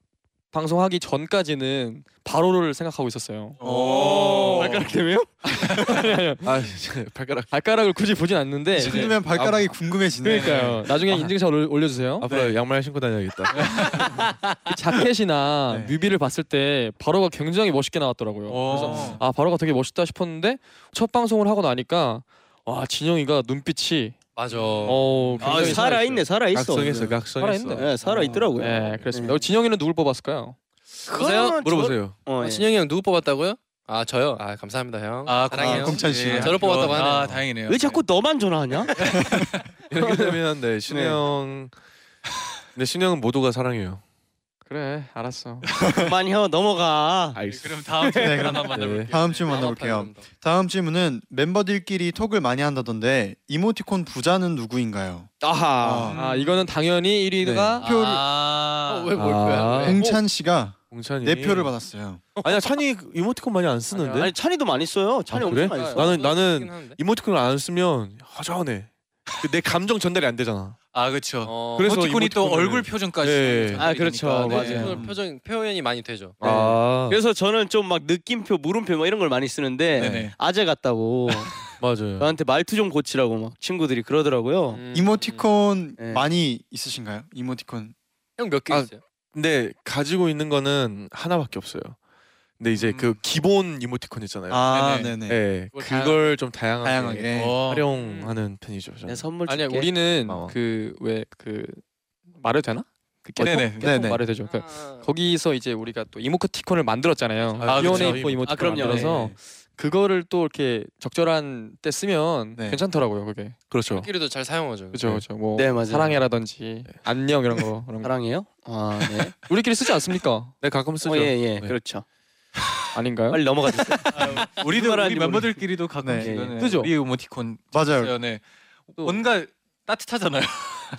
Speaker 6: 방송하기 전까지는 바로를 생각하고 있었어요.
Speaker 2: 오.
Speaker 5: 발가락 때문에요?
Speaker 4: 아 진짜 발가락
Speaker 6: 발가락을 굳이 보진 않는데
Speaker 2: 이 정도면 발가락이 궁금해지네.
Speaker 6: 그러니까요. 나중에
Speaker 5: 아.
Speaker 6: 인증샷 올- 올려주세요.
Speaker 5: 네.
Speaker 4: 앞으로 양말 신고 다녀야겠다.
Speaker 6: 이 자켓이나
Speaker 2: 네.
Speaker 6: 뮤비를 봤을 때 바로가 굉장히 멋있게 나왔더라고요.
Speaker 3: 어.
Speaker 6: 그래서 아 바로가 되게 멋있다 싶었는데 첫 방송을 하고 나니까 와 진영이가 눈빛이
Speaker 7: 맞아.
Speaker 6: 어
Speaker 5: 아,
Speaker 6: 굉장히
Speaker 5: 살아 있네. 살아 있어.
Speaker 4: 각성했어 각성했어.
Speaker 6: 살아있네.
Speaker 5: 예, 살아 있더라고요.
Speaker 6: 네 그렇습니다. 우리 진영이는 누굴 뽑았을까요?
Speaker 7: 보세요.
Speaker 4: 물어보세요.
Speaker 5: 어,
Speaker 7: 아,
Speaker 5: 예.
Speaker 7: 진영이 형 누구 뽑았다고요? 아 저요. 아 감사합니다 형.
Speaker 3: 아,
Speaker 7: 사랑해요.
Speaker 3: 고마워요.
Speaker 2: 공찬 씨.
Speaker 3: 예.
Speaker 7: 저를 뽑았다고
Speaker 3: 아,
Speaker 7: 하네요.
Speaker 3: 다행이네요.
Speaker 5: 왜 자꾸 너만 전화하냐?
Speaker 4: [laughs] 이렇게 되면 네 신영 네 신영은 모두가 사랑해요.
Speaker 6: 그래 알았어.
Speaker 5: 그만 혀 넘어가.
Speaker 4: 알겠어.
Speaker 9: 그럼 다음 주에
Speaker 2: 네,
Speaker 9: 한번 만나볼게요.
Speaker 2: 다음 질문 만나볼게요. 다음 질문은 멤버들끼리 톡을 많이 한다던데 이모티콘 부자는 누구인가요?
Speaker 5: 아하.
Speaker 6: 아 이거는 당연히 1위가
Speaker 2: 네. 표를
Speaker 3: 아,
Speaker 7: 왜뭘
Speaker 4: 네.
Speaker 7: 거야? 왜?
Speaker 2: 공찬 씨가
Speaker 4: 공찬이
Speaker 2: 네 표를 받았어요.
Speaker 4: 아니야 찬이 이모티콘 많이 안 쓰는데.
Speaker 5: 아니 찬이도 많이 써요. 찬이
Speaker 4: 아,
Speaker 5: 엄청
Speaker 4: 그래?
Speaker 5: 많이 써.
Speaker 4: 나는- 나는-
Speaker 7: 쓰긴 하는데.
Speaker 4: 이모티콘을 안 쓰면 허전해. 그내 감정 전달이 안 되잖아.
Speaker 3: 아 그렇죠.
Speaker 7: 어,
Speaker 4: 그래서
Speaker 3: 이모티콘이 또
Speaker 4: 이모티콘을-
Speaker 3: 얼굴 표정까지. 네.
Speaker 4: 예.
Speaker 3: 전달이
Speaker 5: 아, 그렇죠.
Speaker 3: 되니까.
Speaker 5: 맞아요.
Speaker 7: 이모티콘 표정 표현이 많이 되죠.
Speaker 6: 어.
Speaker 4: 아
Speaker 5: 그래서 저는 좀 막 느낌표, 물음표 막 이런 걸 많이 쓰는데
Speaker 3: 네네.
Speaker 5: 아재
Speaker 6: [laughs]
Speaker 5: 같다고
Speaker 4: 맞아요.
Speaker 5: 저한테 말투 좀 고치라고 막 친구들이 그러더라고요.
Speaker 7: 음,
Speaker 2: 이모티콘
Speaker 5: 네.
Speaker 2: 많이 있으신가요? 이모티콘.
Speaker 7: 형몇 개
Speaker 4: 아,
Speaker 7: 있어요?
Speaker 4: 근데 가지고 있는 거는 하나밖에 없어요. 근데 이제
Speaker 3: 음.
Speaker 4: 그 기본 이모티콘 있잖아요.
Speaker 2: 아,
Speaker 3: 네네.
Speaker 2: 네네.
Speaker 4: 예, 그걸 좀 다양하게,
Speaker 2: 다양하게.
Speaker 3: 어.
Speaker 6: 음.
Speaker 4: 활용하는 편이죠. 저는.
Speaker 5: 내 네, 선물 줄게.
Speaker 6: 아니야 우리는
Speaker 4: 어.
Speaker 6: 그 왜 그 말해도 되나? 그 깨톡?
Speaker 3: 네네.
Speaker 6: 깨톡
Speaker 2: 네네.
Speaker 6: 말해도 되죠. 그
Speaker 7: 아,
Speaker 6: 거기서 이제 우리가 또 이모티콘을 만들었잖아요.
Speaker 4: 아, 네,
Speaker 6: 이온의
Speaker 4: 그쵸.
Speaker 6: 이뻐 이모티콘
Speaker 5: 아, 그럼요.
Speaker 6: 만들어서 그거를 또 이렇게 적절한 때 쓰면
Speaker 2: 네.
Speaker 6: 괜찮더라고요. 그게
Speaker 4: 그렇죠.
Speaker 7: 끼리도 잘 사용하죠.
Speaker 6: 그렇죠, 그렇죠. 뭐
Speaker 5: 네, 맞아요.
Speaker 6: 사랑해라든지 안녕 이런 거. 그런 거.
Speaker 5: 사랑해요? 아 네.
Speaker 6: 우리끼리 쓰지 않습니까?
Speaker 4: 네, 가끔 쓰죠.
Speaker 5: 어, 예 예.
Speaker 4: 네.
Speaker 5: 그렇죠.
Speaker 6: 아닌가요?
Speaker 5: 빨리 넘어가 주세요.
Speaker 3: 우리도
Speaker 5: 무슨 말하는지
Speaker 3: 우리 멤버들끼리도 가끔씩
Speaker 2: 네.
Speaker 3: 이거는
Speaker 6: 뜨죠?
Speaker 3: 우리 이모티콘
Speaker 2: 맞아요.
Speaker 3: 있어요. 네. 뭔가 따뜻하잖아요. [laughs]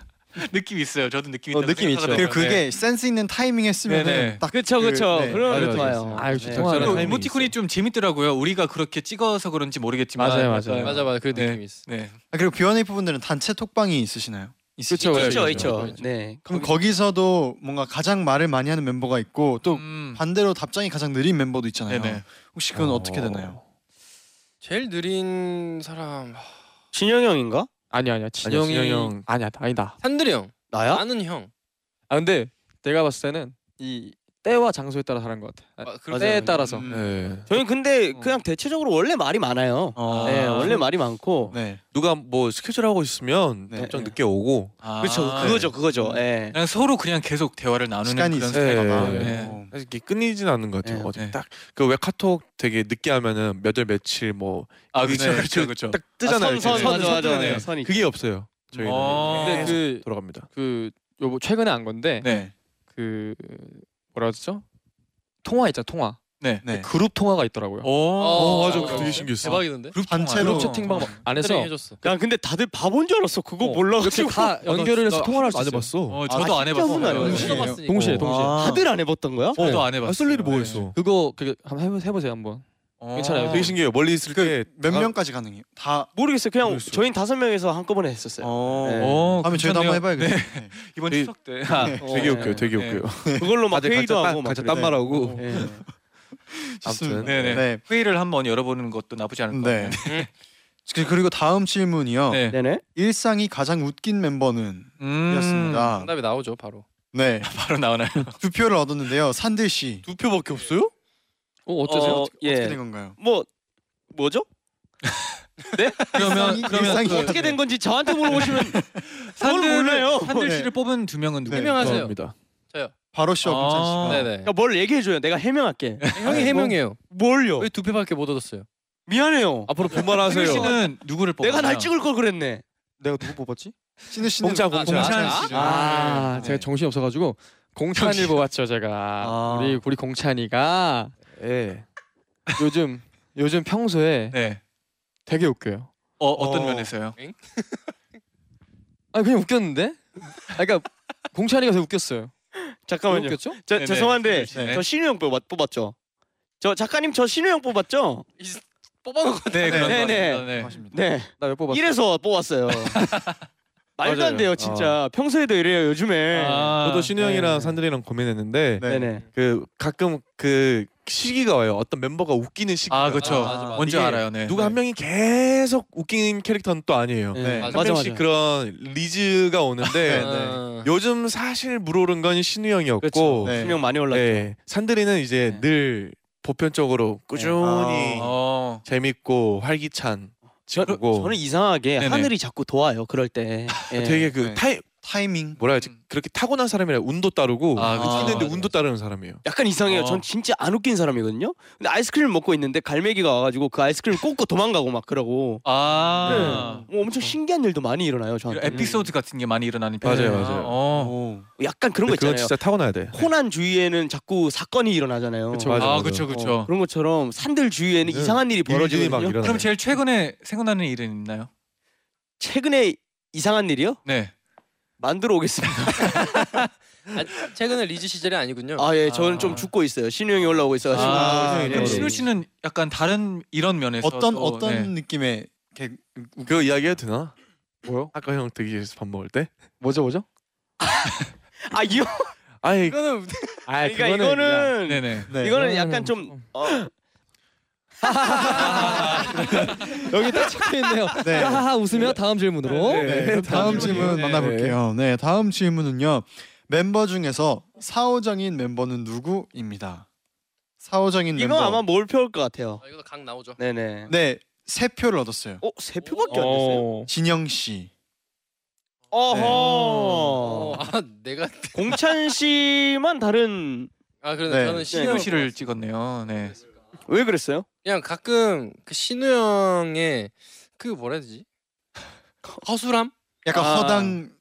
Speaker 3: 느낌 있어요. 저도 느낌
Speaker 6: 어,
Speaker 3: 있다.
Speaker 6: 느낌 있죠.
Speaker 2: 그리고 그게 센스 있는
Speaker 3: 네.
Speaker 2: 타이밍에
Speaker 3: 네네.
Speaker 2: 쓰면은 딱
Speaker 5: [laughs] 그쵸 그쵸.
Speaker 2: 네.
Speaker 5: 그러면
Speaker 4: 맞아요,
Speaker 5: 좋아요.
Speaker 6: 아유,
Speaker 5: 네.
Speaker 6: 좋다.
Speaker 4: 그런 타이밍이
Speaker 3: 이모티콘이 좀 재밌더라고요. 우리가 그렇게 찍어서 그런지 모르겠지만
Speaker 6: 맞아요, 맞아요.
Speaker 3: 약간-
Speaker 7: 맞아 맞아 그
Speaker 3: 네.
Speaker 7: 느낌이 있어.
Speaker 3: 네.
Speaker 2: 아, 그리고 비원의 부분들은 단체 톡방이 있으시나요?
Speaker 6: 그렇죠,
Speaker 5: 있죠
Speaker 6: 그렇죠.
Speaker 5: 있죠. 네.
Speaker 2: 그럼 거기서도 뭔가 가장 말을 많이 하는 멤버가 있고 또
Speaker 3: 음.
Speaker 2: 반대로 답장이 가장 느린 멤버도 있잖아요.
Speaker 3: 네네.
Speaker 2: 혹시 그건 어떻게 되나요?
Speaker 7: 제일 느린 사람
Speaker 5: 진영이 형인가?
Speaker 6: 아니 아니야. 진영이
Speaker 4: 진영이 형.
Speaker 6: 아니야. 아니다.
Speaker 7: 산드리 형.
Speaker 5: 나야?
Speaker 7: 나는 형.
Speaker 6: 아 근데 내가 봤을 때는 이 때와 장소에 따라 다른 것 같아.
Speaker 7: 아,
Speaker 6: 아,
Speaker 7: 그럼
Speaker 6: 때에 따라서.
Speaker 2: 음.
Speaker 4: 예.
Speaker 5: 저는 근데
Speaker 6: 어.
Speaker 5: 그냥 대체적으로 원래 말이 많아요.
Speaker 2: 어.
Speaker 5: 네 원래 말이 많고.
Speaker 2: 네.
Speaker 4: 누가 뭐 스케줄 하고 있으면
Speaker 2: 네.
Speaker 4: 답장 늦게 오고
Speaker 3: 아,
Speaker 5: 그렇죠 그거죠 그거죠. 예.
Speaker 3: 그냥 서로 그냥 계속 대화를 나누는
Speaker 2: 시간이
Speaker 3: 그런
Speaker 2: 있어요.
Speaker 3: 스타일.
Speaker 4: 스타일이구나.
Speaker 2: 네.
Speaker 3: 네.
Speaker 2: 어.
Speaker 4: 사실 이게 끊이진 않는 것 같아요.
Speaker 5: 네.
Speaker 4: 어제
Speaker 3: 네.
Speaker 4: 딱그 왜 카톡 되게 늦게 하면은 몇 월 며칠 뭐 딱
Speaker 3: 아
Speaker 4: 그쵸,
Speaker 3: 그렇죠 그렇죠 그렇죠.
Speaker 4: 뜨잖아요.
Speaker 5: 아, 선,
Speaker 4: 이제.
Speaker 5: 선, 맞아, 맞아,
Speaker 3: 뜨잖아요.
Speaker 5: 맞아. 선이.
Speaker 4: 그게 없어요. 저희는 네,
Speaker 3: 어.
Speaker 6: 근데
Speaker 4: 계속
Speaker 6: 그
Speaker 4: 돌아갑니다.
Speaker 6: 그 요거 최근에 안 건데
Speaker 3: 네.
Speaker 6: 그 뭐라 그러죠? 통화 있잖아 통화
Speaker 3: 네.
Speaker 2: 네.
Speaker 6: 그룹 통화가 있더라고요.
Speaker 3: 오.
Speaker 7: 어,
Speaker 4: 맞아.
Speaker 7: 어,
Speaker 4: 그거 되게 신기했어.
Speaker 7: 대박이던데.
Speaker 3: 그룹
Speaker 2: 단체로.
Speaker 6: 그룹
Speaker 3: 통화.
Speaker 6: 채팅방 안에서
Speaker 7: 산드리 해줬어.
Speaker 5: 야 근데 다들 바본 줄 알았어. 그거
Speaker 6: 어,
Speaker 5: 몰라가지고.
Speaker 6: 다 연결을 해서 통화를 할 수
Speaker 4: 안
Speaker 6: 있어요.
Speaker 4: 해봤어.
Speaker 3: 어,
Speaker 5: 아,
Speaker 3: 저도 안
Speaker 5: 진짜
Speaker 3: 해봤어요.
Speaker 5: 분은 안
Speaker 2: 해봤어요.
Speaker 3: 저도
Speaker 7: 써봤으니까.
Speaker 6: 동시에 동시에
Speaker 2: 아.
Speaker 5: 다들 안 해봤던 거야?
Speaker 3: 저도 안
Speaker 4: 아,
Speaker 3: 해봤어요. 네.
Speaker 4: 쓸 일이 뭐 있어?
Speaker 5: 네.
Speaker 6: 그거 그 한번 해보, 세요 한번.
Speaker 3: 어.
Speaker 6: 괜찮아요.
Speaker 4: 되게 신기해요. 멀리 있을 때
Speaker 2: 몇
Speaker 4: 다-
Speaker 2: 명까지 가능해요? 다.
Speaker 5: 모르겠어요. 그냥
Speaker 4: 모르겠어요.
Speaker 5: 저희 다섯 명에서 한꺼번에 했었어요.
Speaker 2: 어.
Speaker 5: 네.
Speaker 3: 어,
Speaker 2: 다음에 저희도 한번
Speaker 3: 괜찮네요.
Speaker 2: 해봐야겠어요. [laughs] 네.
Speaker 3: 이번
Speaker 4: 이-
Speaker 3: 추석 때. 아,
Speaker 4: 되게
Speaker 5: 어,
Speaker 4: 웃겨요. 되게
Speaker 3: 네.
Speaker 4: 웃겨요.
Speaker 5: 그걸로 막
Speaker 4: 다들
Speaker 5: 회의도
Speaker 4: 가짜
Speaker 5: 하고
Speaker 4: 딴-
Speaker 5: 막
Speaker 4: 가짜
Speaker 5: 그래요.
Speaker 4: 딴 말하고
Speaker 5: 네.
Speaker 2: 좋습니다.
Speaker 4: 아무튼.
Speaker 3: 네네.
Speaker 2: 네.
Speaker 3: 회의를 한번 열어보는 것도 나쁘지 않을 것
Speaker 2: 네.
Speaker 3: 같아요.
Speaker 2: 그- 그리고 다음 질문이요.
Speaker 3: 네.
Speaker 5: 네네.
Speaker 2: 일상이 가장 웃긴 멤버는?
Speaker 3: 음.
Speaker 2: 이었습니다.
Speaker 7: 정답이 나오죠 바로.
Speaker 2: 네
Speaker 8: 바로 나오나요?
Speaker 2: [laughs] 두 표를 얻었는데요. 산들 씨
Speaker 7: 두 표밖에 없어요?
Speaker 6: 어 어쩌세요?
Speaker 5: 어,
Speaker 2: 어떻게
Speaker 5: 예.
Speaker 2: 된 건가요?
Speaker 5: 뭐 뭐죠?
Speaker 3: 그러면 그러면
Speaker 2: 일상이-
Speaker 5: 어떻게 된 건지 저한테 물어보시면 뭘 몰라요?
Speaker 3: 산들 산들
Speaker 2: 네.
Speaker 3: 씨를 뽑은 두 명은
Speaker 5: 네.
Speaker 3: 누구?
Speaker 7: 해명하세요.
Speaker 6: 입니다.
Speaker 2: 바로 씨와
Speaker 3: 아.
Speaker 2: 문찬 씨가
Speaker 7: 네네.
Speaker 5: 그러니까 뭘 얘기해 줘요. 내가 해명할게.
Speaker 7: 형이 해명해요.
Speaker 5: 뭘요?
Speaker 8: 네.
Speaker 7: 왜 두 표밖에 못 얻었어요?
Speaker 5: 미안해요. [laughs]
Speaker 6: 앞으로
Speaker 3: 산들
Speaker 6: 분발하세요.
Speaker 3: 씨는 누구를 뽑았나요?
Speaker 5: 내가 날 찍을 걸 그랬네.
Speaker 2: 내가 누구 뽑았지? 신우 씨는
Speaker 4: 공찬
Speaker 3: 공찬
Speaker 4: 공찬.
Speaker 3: 씨.
Speaker 2: 씨를-
Speaker 6: 아,
Speaker 2: 네.
Speaker 6: 제가 정신이 없어가지고 공찬이를 뽑았죠 제가.
Speaker 5: 아.
Speaker 6: 우리 우리 공찬이가
Speaker 4: 예.
Speaker 6: 요즘 요즘 평소에
Speaker 8: 네.
Speaker 6: 되게 웃겨요.
Speaker 8: 어 어떤
Speaker 2: 어.
Speaker 8: 면에서요?
Speaker 5: 네,
Speaker 6: 아 그냥 웃겼는데? 아 그러니까 공찬이가 되게 웃겼어요. 왜
Speaker 5: 잠깐만요.
Speaker 6: 웃겼죠?
Speaker 5: 저,
Speaker 8: 네네.
Speaker 5: 죄송한데
Speaker 2: 네.
Speaker 5: 저 신우 형 뽑았, 뽑았죠? 저 작가님 저 신우 형 뽑았죠?
Speaker 7: 뽑아놓고
Speaker 8: 네, 그런
Speaker 5: 네,
Speaker 8: 것
Speaker 5: 네.
Speaker 8: 같습니다. 네.
Speaker 2: 맞습니다.
Speaker 5: 네.
Speaker 6: 나 몇 뽑았어?
Speaker 5: 이래서 뽑았어요. 말도
Speaker 6: 맞아요.
Speaker 5: 안 돼요, 진짜. 평소에도 이래요, 요즘에.
Speaker 3: 아,
Speaker 4: 저도 신우
Speaker 5: 네.
Speaker 4: 형이랑 산들이랑 고민했는데
Speaker 2: 네.
Speaker 5: 네네.
Speaker 4: 그 가끔 그 시기가 와요. 어떤 멤버가 웃기는 시기.
Speaker 8: 아 그렇죠.
Speaker 7: 아, 맞아, 맞아.
Speaker 8: 뭔지
Speaker 4: 이게
Speaker 8: 알아요. 네.
Speaker 4: 누가 한 명이 계속 웃긴 캐릭터는 또 아니에요.
Speaker 5: 네.
Speaker 7: 맞아,
Speaker 4: 한
Speaker 5: 맞아,
Speaker 4: 명씩
Speaker 5: 맞아.
Speaker 4: 그런 리즈가 오는데
Speaker 7: [laughs]
Speaker 2: 네, 네.
Speaker 7: 아,
Speaker 4: 요즘 사실 물오른 건 신우 형이었고
Speaker 2: 네.
Speaker 5: 신우 형 많이 올랐죠.
Speaker 4: 네. 산들이는 이제
Speaker 5: 네.
Speaker 4: 늘 보편적으로 꾸준히
Speaker 2: 아.
Speaker 8: 어.
Speaker 4: 재밌고 활기찬
Speaker 5: 저,
Speaker 4: 친구고
Speaker 5: 저는 이상하게
Speaker 8: 네네.
Speaker 5: 하늘이 자꾸 도와요, 그럴 때. 예.
Speaker 4: 되게 그
Speaker 2: 네.
Speaker 4: 타이
Speaker 2: 타이밍
Speaker 4: 뭐라 해야지 그렇게 타고난 사람이라 운도 따르고
Speaker 8: 아, 그쵸.
Speaker 4: 웃기는데
Speaker 8: 맞아,
Speaker 4: 운도 따르는 사람이에요.
Speaker 5: 약간 이상해요.
Speaker 8: 어.
Speaker 5: 전 진짜 안 웃긴 사람이거든요. 근데 아이스크림 먹고 있는데 갈매기가 와가지고 그 아이스크림 꽂고 도망가고 막 그러고.
Speaker 8: 아.
Speaker 5: 뭐 엄청 신기한 일도 많이 일어나요,
Speaker 8: 이런
Speaker 5: 저한테.
Speaker 8: 에피소드 같은 게 많이 일어나는
Speaker 4: 맞아요,
Speaker 8: 편이구나.
Speaker 4: 맞아요.
Speaker 8: 어.
Speaker 2: 오.
Speaker 5: 약간 그런 거
Speaker 4: 근데 그건
Speaker 5: 있잖아요.
Speaker 4: 진짜 타고나야 돼.
Speaker 5: 호난 주위에는 자꾸 사건이 일어나잖아요.
Speaker 4: 그쵸, 맞아,
Speaker 8: 아,
Speaker 4: 맞아.
Speaker 8: 그렇죠,
Speaker 5: 어,
Speaker 8: 그렇죠.
Speaker 5: 그런 것처럼 산들 주위에는
Speaker 4: 네.
Speaker 5: 이상한 일이
Speaker 4: 일들이 막
Speaker 5: 그 벌어지거든요.
Speaker 4: 일어나.
Speaker 8: 그럼 제일 최근에 생각나는 일은 있나요?
Speaker 5: 최근에 이상한 일이요?
Speaker 8: 네.
Speaker 5: 만들어 오겠습니다.
Speaker 7: 아, 최근에 리즈 시절이 아니군요.
Speaker 5: 아 예, 저는
Speaker 8: 아.
Speaker 5: 좀 죽고 있어요. 신우 형이 올라오고 있어가지고.
Speaker 2: 아,
Speaker 5: 예,
Speaker 8: 그럼
Speaker 5: 예.
Speaker 8: 신우 씨는 약간 다른 이런 면에서
Speaker 2: 어떤
Speaker 8: 또,
Speaker 2: 어떤
Speaker 8: 네.
Speaker 2: 느낌의 개...
Speaker 4: 그거 이야기해도 되나?
Speaker 6: 뭐요?
Speaker 4: 아까 형 대기실에서 밥 먹을 때?
Speaker 6: 뭐죠 뭐죠?
Speaker 5: 아 이거
Speaker 4: 아니
Speaker 5: 이거는
Speaker 6: 아
Speaker 5: 그러니까 이거는
Speaker 8: 네네.
Speaker 2: 네.
Speaker 5: 이거는 약간 좀 어.
Speaker 6: 여기 딱 찍혀 있네요.
Speaker 2: 네.
Speaker 6: 하하하 웃으며 다음 질문으로.
Speaker 2: 네, 다음 질문 만나볼게요. 네, 다음 질문은요. 멤버 중에서 사오정인 멤버는 누구입니다. 사오정인
Speaker 5: 이거
Speaker 2: 멤버.
Speaker 5: 아마 몰표일 것 같아요.
Speaker 7: 이거 각 나오죠.
Speaker 5: 어. 네네.
Speaker 2: 네, 세 표를 얻었어요.
Speaker 5: 어, 세 표밖에 안 됐어요.
Speaker 2: 진영 씨.
Speaker 7: 어,
Speaker 5: 어허.
Speaker 7: 아 내가
Speaker 5: 공찬 씨만 다른
Speaker 7: 아 그러네.
Speaker 2: 네.
Speaker 7: 저는
Speaker 5: 네.
Speaker 7: 신우
Speaker 8: 신우 씨를 찍었네요. 네.
Speaker 5: 왜 그랬어요?
Speaker 7: 그냥 가끔 그 신우 형의 그 뭐라 해야 되지? 허술함?
Speaker 2: 약간
Speaker 5: 아.
Speaker 2: 허당.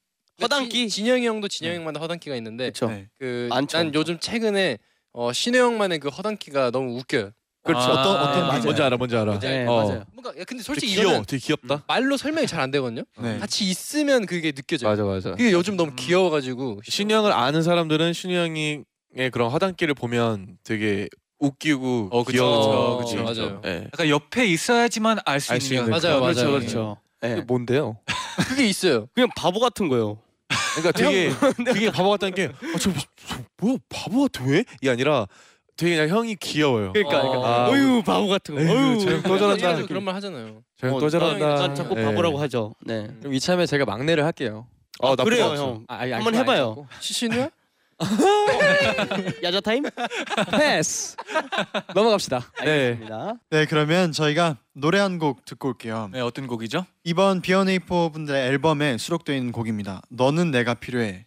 Speaker 5: 허당끼?
Speaker 7: 지- 진영이 형도 진영이 형마다 허당끼가 있는데
Speaker 5: 그렇죠.
Speaker 2: 네.
Speaker 7: 그
Speaker 5: 많죠,
Speaker 7: 난
Speaker 5: 많죠.
Speaker 7: 요즘 최근에 어, 신우 형만의 그 허당끼가 너무 웃겨요.
Speaker 4: 그렇죠.
Speaker 8: 어떤-
Speaker 2: 어떤
Speaker 5: 네,
Speaker 4: 뭔지 알아, 뭔지 알아.
Speaker 7: 뭔지
Speaker 5: 네,
Speaker 7: 알죠?
Speaker 4: 어.
Speaker 5: 맞아요.
Speaker 7: 뭔가 야, 근데
Speaker 4: 되게
Speaker 7: 솔직히
Speaker 4: 귀여워,
Speaker 7: 이거는
Speaker 4: 되게 귀엽다.
Speaker 7: 말로 설명이 잘 안 되거든요.
Speaker 2: 네.
Speaker 7: 같이 있으면 그게 느껴져요.
Speaker 4: 맞아, 맞아.
Speaker 7: 그게 요즘 너무 귀여워가지고
Speaker 4: 신우 형을 아는 사람들은 신우 형의 그런 허당끼를 보면 되게 웃기고
Speaker 8: 어, 그쵸,
Speaker 4: 귀여워.
Speaker 7: 그쵸, 그쵸. 맞아요.
Speaker 4: 예.
Speaker 8: 약간 옆에 있어야지만 알 수
Speaker 4: 알수
Speaker 8: 있는.
Speaker 4: 있는
Speaker 7: 맞아요, 맞아요.
Speaker 5: 그렇죠, 그렇죠. 예.
Speaker 6: 뭔데요?
Speaker 7: 그게 있어요.
Speaker 5: 그냥 바보 같은 거예요.
Speaker 4: 그러니까 되게 되게 바보 같다는 게 아, 저, 저 뭐야 바보 같아 왜? 이 아니라 되게 그냥 형이 귀여워요.
Speaker 5: 그러니까,
Speaker 4: 아,
Speaker 5: 그러니까. 어휴, 바보 같은 거.
Speaker 4: 에휴,
Speaker 5: 어휴.
Speaker 4: 쟤는 또 저런다.
Speaker 7: 그래가지고 그런 말 하잖아요.
Speaker 4: 저형
Speaker 5: 어,
Speaker 4: 또 저런다.
Speaker 5: 약간 자꾸
Speaker 4: 예.
Speaker 5: 바보라고 하죠. 네. 아,
Speaker 6: 그럼 이참에 제가 막내를 할게요.
Speaker 4: 어, 나쁘지
Speaker 5: 그래요,
Speaker 4: 않죠.
Speaker 5: 형.
Speaker 6: 아, 아니,
Speaker 5: 한번
Speaker 6: 그건
Speaker 5: 해봐요.
Speaker 6: 아니고.
Speaker 7: 신우야?
Speaker 5: 야자 타임?
Speaker 6: 패스. 넘어갑시다.
Speaker 4: 네.
Speaker 5: 입니다.
Speaker 2: 네, 그러면 저희가 노래 한 곡 듣고 올게요.
Speaker 8: 네, 어떤 곡이죠?
Speaker 2: 이번 B1A4 분들의 앨범에 수록되어 있는 곡입니다. 너는 내가 필요해.
Speaker 6: 네,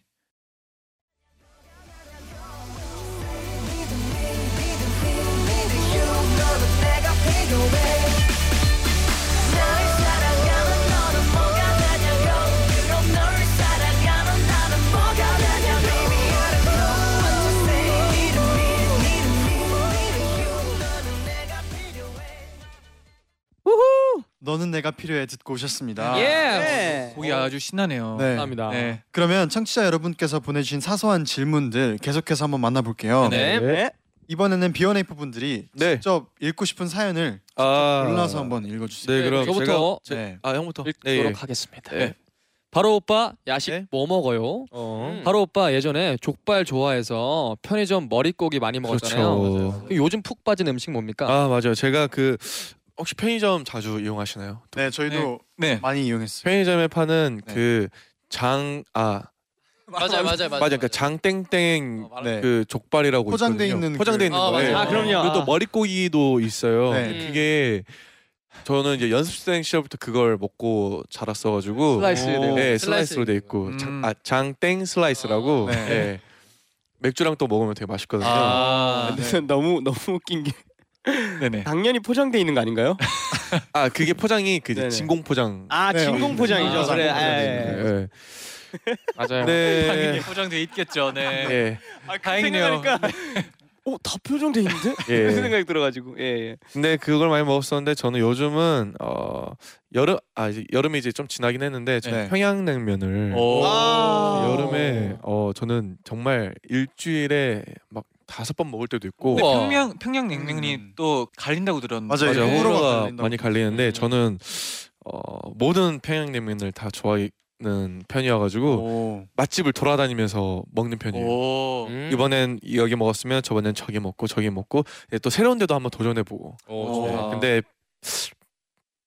Speaker 2: 너는 내가 필요해 듣고 오셨습니다.
Speaker 6: 예.
Speaker 8: 곡이 아주 신나네요.
Speaker 2: 네.
Speaker 6: 감사합니다.
Speaker 8: 네.
Speaker 2: 그러면 청취자 여러분께서 보내주신 사소한 질문들 계속해서 한번 만나볼게요.
Speaker 7: 네.
Speaker 2: 이번에는 B1A4 분들이
Speaker 4: 네.
Speaker 2: 직접 읽고 싶은 사연을
Speaker 4: 아.
Speaker 2: 골라서 한번 읽어주세요.
Speaker 4: 네, 그럼 제가
Speaker 6: 저부터
Speaker 4: 제-
Speaker 2: 네.
Speaker 4: 아, 형부터.
Speaker 6: 읽도록 하겠습니다.
Speaker 4: 네.
Speaker 6: 바로 오빠 야식
Speaker 4: 네.
Speaker 6: 뭐 먹어요?
Speaker 4: 어.
Speaker 6: 바로 오빠 예전에 족발 좋아해서 편의점 머릿고기 많이 먹었잖아요.
Speaker 4: 그렇죠.
Speaker 6: 요즘 푹 빠진 음식 뭡니까?
Speaker 4: 아, 맞아요. 제가 그 혹시 편의점 자주 이용하시나요?
Speaker 2: 네, 저희도
Speaker 8: 네.
Speaker 2: 많이 이용했어요.
Speaker 4: 편의점에 파는
Speaker 2: 네.
Speaker 4: 그 장그 아
Speaker 7: 맞아요, 맞아요, 맞아요.
Speaker 4: [laughs] 맞아, 그러니까 장땡땡
Speaker 2: 네.
Speaker 4: 그 족발이라고
Speaker 2: 포장돼
Speaker 4: 있거든요.
Speaker 2: 있는
Speaker 4: 포장돼
Speaker 2: 그-
Speaker 4: 있는
Speaker 7: 아,
Speaker 4: 거예요.
Speaker 7: 맞아요.
Speaker 5: 아 그럼요.
Speaker 4: 그리고 또 머릿고기도 있어요.
Speaker 2: 네.
Speaker 4: 그게 저는 이제 연습생 시절부터 그걸 먹고 자랐어가지고
Speaker 6: 슬라이스 네.
Speaker 4: 네,
Speaker 7: 슬라이스.
Speaker 4: 슬라이스로 돼 있고
Speaker 3: 음.
Speaker 4: 장, 아, 장땡 슬라이스라고
Speaker 2: 아. 네.
Speaker 4: 네. 맥주랑 또 먹으면 되게 맛있거든요.
Speaker 5: 아,
Speaker 2: 네.
Speaker 5: 근데 너무 너무 웃긴 게
Speaker 8: 네네.
Speaker 5: 당연히 포장돼 있는 거 아닌가요?
Speaker 4: 아 그게 포장이 그
Speaker 5: 네네.
Speaker 4: 이제 진공 포장.
Speaker 5: 아
Speaker 2: 네,
Speaker 5: 진공 포장이죠.
Speaker 2: 아,
Speaker 5: 그래.
Speaker 2: 진공
Speaker 5: 예, 예.
Speaker 4: 네.
Speaker 6: 맞아요.
Speaker 4: 네.
Speaker 8: 당연히 포장돼 있겠죠. 네.
Speaker 4: 예.
Speaker 5: 아,
Speaker 8: 다행이네요.
Speaker 5: 어다 포장돼 있는데?
Speaker 4: 예.
Speaker 5: [laughs] 그 생각이 들어가지고. 예. 예.
Speaker 4: 근데 그걸 많이 먹었었는데 저는 요즘은 어 여름 아 이제 여름이 이제 좀 지나긴 했는데 저는
Speaker 2: 네.
Speaker 3: 음.
Speaker 4: 평양냉면을
Speaker 8: 오.
Speaker 5: 아.
Speaker 4: 여름에 어 저는 정말 일주일에 막 다섯 번 먹을 때도 있고
Speaker 8: 근데 평양 평양 냉면이
Speaker 2: 음.
Speaker 8: 또 갈린다고 들었는데.
Speaker 2: 네, 맞아요.
Speaker 4: 맞아요.
Speaker 2: 호불호가
Speaker 4: 호불호가
Speaker 2: 갈린다고.
Speaker 4: 많이 갈리는데
Speaker 8: 음.
Speaker 4: 저는 어 모든 평양냉면을 다 좋아하는 편이어가지고
Speaker 2: 오.
Speaker 4: 맛집을 돌아다니면서 먹는 편이에요.
Speaker 8: 오.
Speaker 7: 음.
Speaker 4: 이번엔 여기 먹었으면 저번엔 저기 먹고 저기 먹고 이제 또 새로운 데도 한번 도전해보고
Speaker 7: 오,
Speaker 4: 네,
Speaker 7: 좋아.
Speaker 4: 근데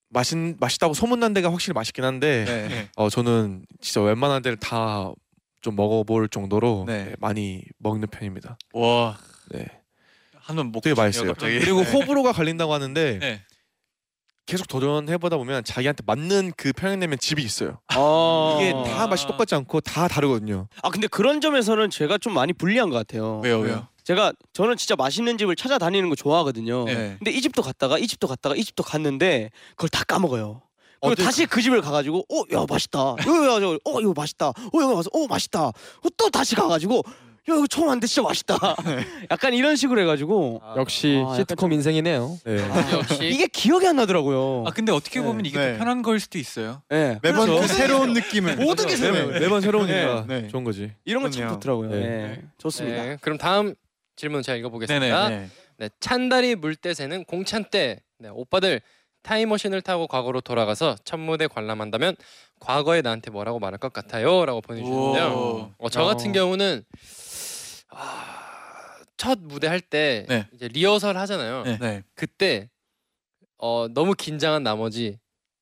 Speaker 4: 맛있 맛있다고 소문난 데가 확실히 맛있긴 한데
Speaker 2: 네.
Speaker 4: 어 저는 진짜 웬만한 데를 다 좀 먹어볼 정도로
Speaker 2: 네.
Speaker 4: 네, 많이 먹는 편입니다.
Speaker 8: 와.
Speaker 4: 네,
Speaker 8: 한번 먹.
Speaker 4: 되게 맛있어요.
Speaker 8: 갑자기.
Speaker 4: 그리고 호불호가 갈린다고 하는데
Speaker 8: 네.
Speaker 4: 계속 도전해보다 보면 자기한테 맞는 그 평양냉면 집이 있어요.
Speaker 5: 아.
Speaker 4: 이게 다 맛이 똑같지 않고 다 다르거든요.
Speaker 5: 아 근데 그런 점에서는 제가 좀 많이 불리한 것 같아요.
Speaker 8: 왜요 왜요.
Speaker 5: 제가 저는 진짜 맛있는 집을 찾아다니는 거 좋아하거든요.
Speaker 2: 네.
Speaker 5: 근데 이 집도 갔다가 이 집도 갔다가 이 집도 갔는데 그걸 다 까먹어요. 그리고
Speaker 2: 어디-
Speaker 5: 다시 그 집을 가가지고 어야 맛있다. 요야저어 이거 맛있다. 어 여기 와서 어 맛있다. 어, 또 다시 가가지고 야 이거 처음 왔는데 진짜 맛있다. [laughs] 약간 이런 식으로 해가지고
Speaker 6: 역시
Speaker 5: 아, 약간
Speaker 6: 시트콤 인생이네요.
Speaker 4: 네.
Speaker 7: 역시
Speaker 5: 이게 기억이 안 나더라고요.
Speaker 8: 아 근데 어떻게
Speaker 5: 네.
Speaker 8: 보면 이게
Speaker 2: 네.
Speaker 8: 더 편한 거일 수도 있어요.
Speaker 5: 네.
Speaker 2: 매번
Speaker 5: 그래서
Speaker 2: 그 새로운 느낌을
Speaker 5: 모든 게 새로워요.
Speaker 2: 네.
Speaker 4: 매번 새로우니까
Speaker 2: 네. 네.
Speaker 4: 좋은 거지.
Speaker 5: 이런 건 참
Speaker 2: 그럼요.
Speaker 5: 좋더라고요.
Speaker 4: 네.
Speaker 5: 네.
Speaker 8: 네.
Speaker 5: 좋습니다.
Speaker 7: 네, 그럼 다음 질문 제가 읽어보겠습니다.
Speaker 8: 네네.
Speaker 2: 네.
Speaker 7: 네, 찬다리 물때 새는 공찬 때 네, 오빠들 타임머신을 타고 과거로 돌아가서 첫 무대 관람한다면 과거의 나한테 뭐라고 말할 것 같아요? 라고 보내주셨는데요.
Speaker 8: 오.
Speaker 7: 어, 저 같은
Speaker 6: 어.
Speaker 7: 경우는 아, 첫 무대 할 때
Speaker 8: 네.
Speaker 7: 이제 리허설 하잖아요.
Speaker 8: 네.
Speaker 2: 네.
Speaker 7: 그때 어, 너무 긴장한 나머지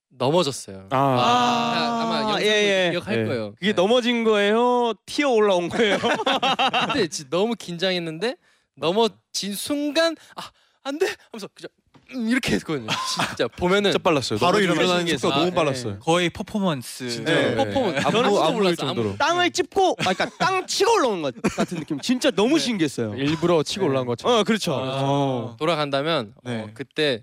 Speaker 7: 넘어졌어요.
Speaker 4: 아,
Speaker 7: 아, 마 영상
Speaker 5: 예, 예.
Speaker 7: 기억할
Speaker 4: 예.
Speaker 7: 거예요.
Speaker 5: 이게
Speaker 7: 네.
Speaker 5: 넘어진 거예요? 튀어 올라온 거예요?
Speaker 7: 그때 진짜 너무 긴장했는데 넘어진 순간 아안 돼 하면서 그냥 음, 이렇게 했거든요. 진짜 보면은
Speaker 4: 진짜 빨랐어요.
Speaker 2: 바로
Speaker 4: 너무
Speaker 2: 일어나는
Speaker 4: 일어나는
Speaker 7: 게
Speaker 4: 속도가
Speaker 7: 있어요.
Speaker 4: 너무
Speaker 7: 아,
Speaker 3: 네.
Speaker 4: 빨랐어요.
Speaker 8: 거의 퍼포먼스.
Speaker 2: 네.
Speaker 7: 퍼포먼스
Speaker 4: 아무도
Speaker 7: 아무도
Speaker 4: 아무도
Speaker 7: 몰랐어,
Speaker 4: 일그
Speaker 5: [laughs]
Speaker 4: 정도로.
Speaker 5: 땅을 짚고 아 그러니까 땅 치고 올라오는 것 같은 느낌. 진짜 너무 신기했어요.
Speaker 6: 일부러 치고 올라온 것처럼.
Speaker 5: 어 그렇죠.
Speaker 8: 어.
Speaker 7: 돌아간다면
Speaker 2: 네.
Speaker 7: 어, 그때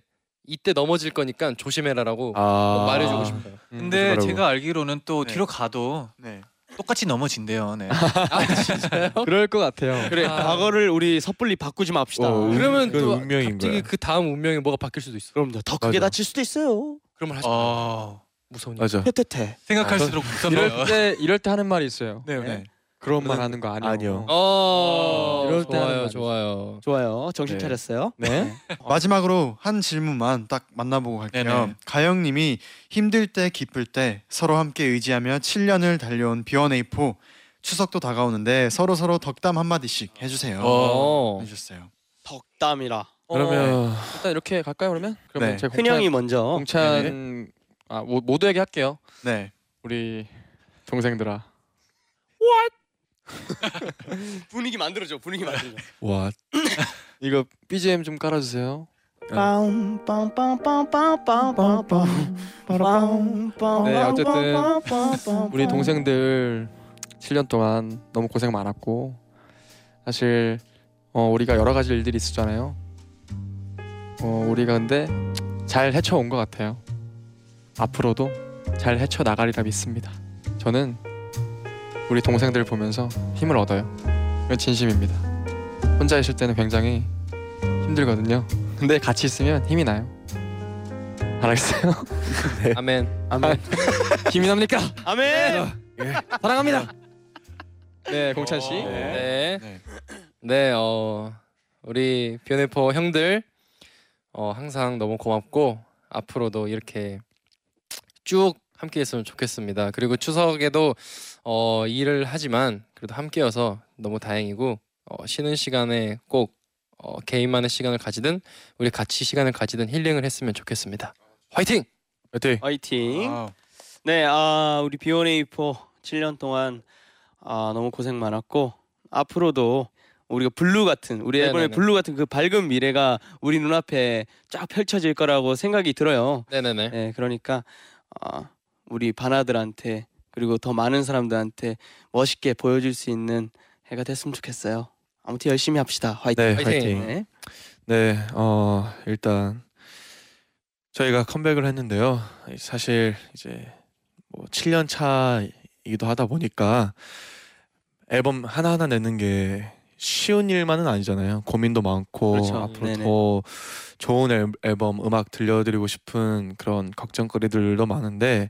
Speaker 7: 이때 넘어질 거니까 조심해라라고
Speaker 4: 아.
Speaker 7: 꼭 말해주고 싶어요.
Speaker 4: 음,
Speaker 8: 근데
Speaker 3: 네.
Speaker 4: 그러더라고요.
Speaker 8: 제가 알기로는 또
Speaker 2: 네.
Speaker 8: 뒤로 가도
Speaker 2: 네.
Speaker 8: 똑같이 넘어진대요. 네.
Speaker 7: 아 진짜요?
Speaker 6: 그럴 것 같아요.
Speaker 5: 그래
Speaker 7: 아.
Speaker 5: 과거를 우리 섣불리 바꾸지 맙시다.
Speaker 4: 어, 음,
Speaker 7: 그러면
Speaker 4: 그건
Speaker 7: 또
Speaker 4: 운명인
Speaker 7: 갑자기
Speaker 4: 거야.
Speaker 7: 그 다음 운명이 뭐가 바뀔 수도 있어.
Speaker 5: 그럼요. 더 크게
Speaker 4: 맞아.
Speaker 5: 다칠 수도 있어요.
Speaker 3: 아,
Speaker 7: 그런 말 하지 마.
Speaker 8: 어.
Speaker 7: 무서우니까.
Speaker 4: 맞아.
Speaker 5: 테테테.
Speaker 8: 생각할수록 무섭네요.
Speaker 6: 이럴 때 [laughs] 이럴 때 하는 말이 있어요.
Speaker 8: 네. 네.
Speaker 2: 네.
Speaker 6: 그런 말 하는 거 음, 아니에요.
Speaker 4: 아니요.
Speaker 7: 어.
Speaker 6: 이럴 때 하는
Speaker 7: 좋아요, 좋아요.
Speaker 6: 말.
Speaker 5: 좋아요. 정신
Speaker 4: 네.
Speaker 5: 차렸어요.
Speaker 6: 네.
Speaker 2: 마지막으로 한 질문만 딱 만나보고 갈게요.
Speaker 8: 네네.
Speaker 2: 가영 님이 힘들 때 기쁠 때 서로 함께 의지하며 7년을 달려온 B1A4 추석도 다가오는데 서로 서로 덕담 한 마디씩 해 주세요.
Speaker 7: 어.
Speaker 2: 해주셨어요.
Speaker 5: 덕담이라.
Speaker 4: 그러면
Speaker 6: 일단 이렇게 갈까요 그러면?
Speaker 2: 네.
Speaker 6: 그러면 제가
Speaker 5: 흔영이 먼저.
Speaker 6: 공찬 공찬- 아 모- 모두에게 할게요.
Speaker 2: 네.
Speaker 6: 우리 동생들아.
Speaker 5: 분위기 만들어줘. 분위기 만들어줘.
Speaker 4: 와
Speaker 6: 이거 BGM 좀 깔아주세요. 네, 어쨌든 우리 동생들 7년 동안 너무 고생 많았고 사실 어, 우리가 여러 가지 일들이 있었잖아요. 어, 우리가 근데 잘 헤쳐온 것 같아요. 앞으로도 잘 헤쳐 나가리라 믿습니다. 저는 우리 동생들 보면서 힘을 얻어요. 이건 진심입니다. 혼자 있을 때는 굉장히 힘들거든요. 근데 같이 있으면 힘이 나요. 알겠어요? [laughs]
Speaker 7: 아멘.
Speaker 6: 아멘. 힘이 납니까? 예.
Speaker 5: 아멘.
Speaker 6: 사랑합니다. 네, 공찬 씨.
Speaker 7: 네.
Speaker 2: 네.
Speaker 7: 네, 어, 우리 비욘에퍼 형들 어, 항상 너무 고맙고 앞으로도 이렇게 쭉 함께했으면 좋겠습니다. 그리고 추석에도 어, 일을 하지만 그래도 함께여서 너무 다행이고 어, 쉬는 시간에 꼭 어, 개인만의 시간을 가지든 우리 같이 시간을 가지든 힐링을 했으면 좋겠습니다. 화이팅!
Speaker 4: 화이팅.
Speaker 5: 화이팅.
Speaker 2: 와우.
Speaker 5: 네, 아 우리 비원에이포 7년 동안 아 너무 고생 많았고 앞으로도 우리가 블루 같은 우리 앨범의
Speaker 10: 네네네.
Speaker 5: 블루 같은 그 밝은 미래가 우리 눈앞에 쫙 펼쳐질 거라고 생각이 들어요.
Speaker 10: 네네네.
Speaker 5: 네, 그러니까 아, 우리 바나들한테 그리고 더 많은 사람들한테 멋있게 보여줄 수 있는 해가 됐으면 좋겠어요. 아무튼 열심히 합시다. 화이팅.
Speaker 4: 네,
Speaker 10: 화이팅.
Speaker 4: 화이팅.
Speaker 5: 네.
Speaker 4: 네, 어 일단 저희가 컴백을 했는데요. 사실 이제 뭐 7년 차이기도 하다 보니까 앨범 하나 하나 내는 게 쉬운 일만은 아니잖아요. 고민도 많고
Speaker 5: 그렇죠.
Speaker 4: 앞으로
Speaker 5: 네네.
Speaker 4: 더 좋은 앨- 앨범 음악 들려드리고 싶은 그런 걱정거리들도 많은데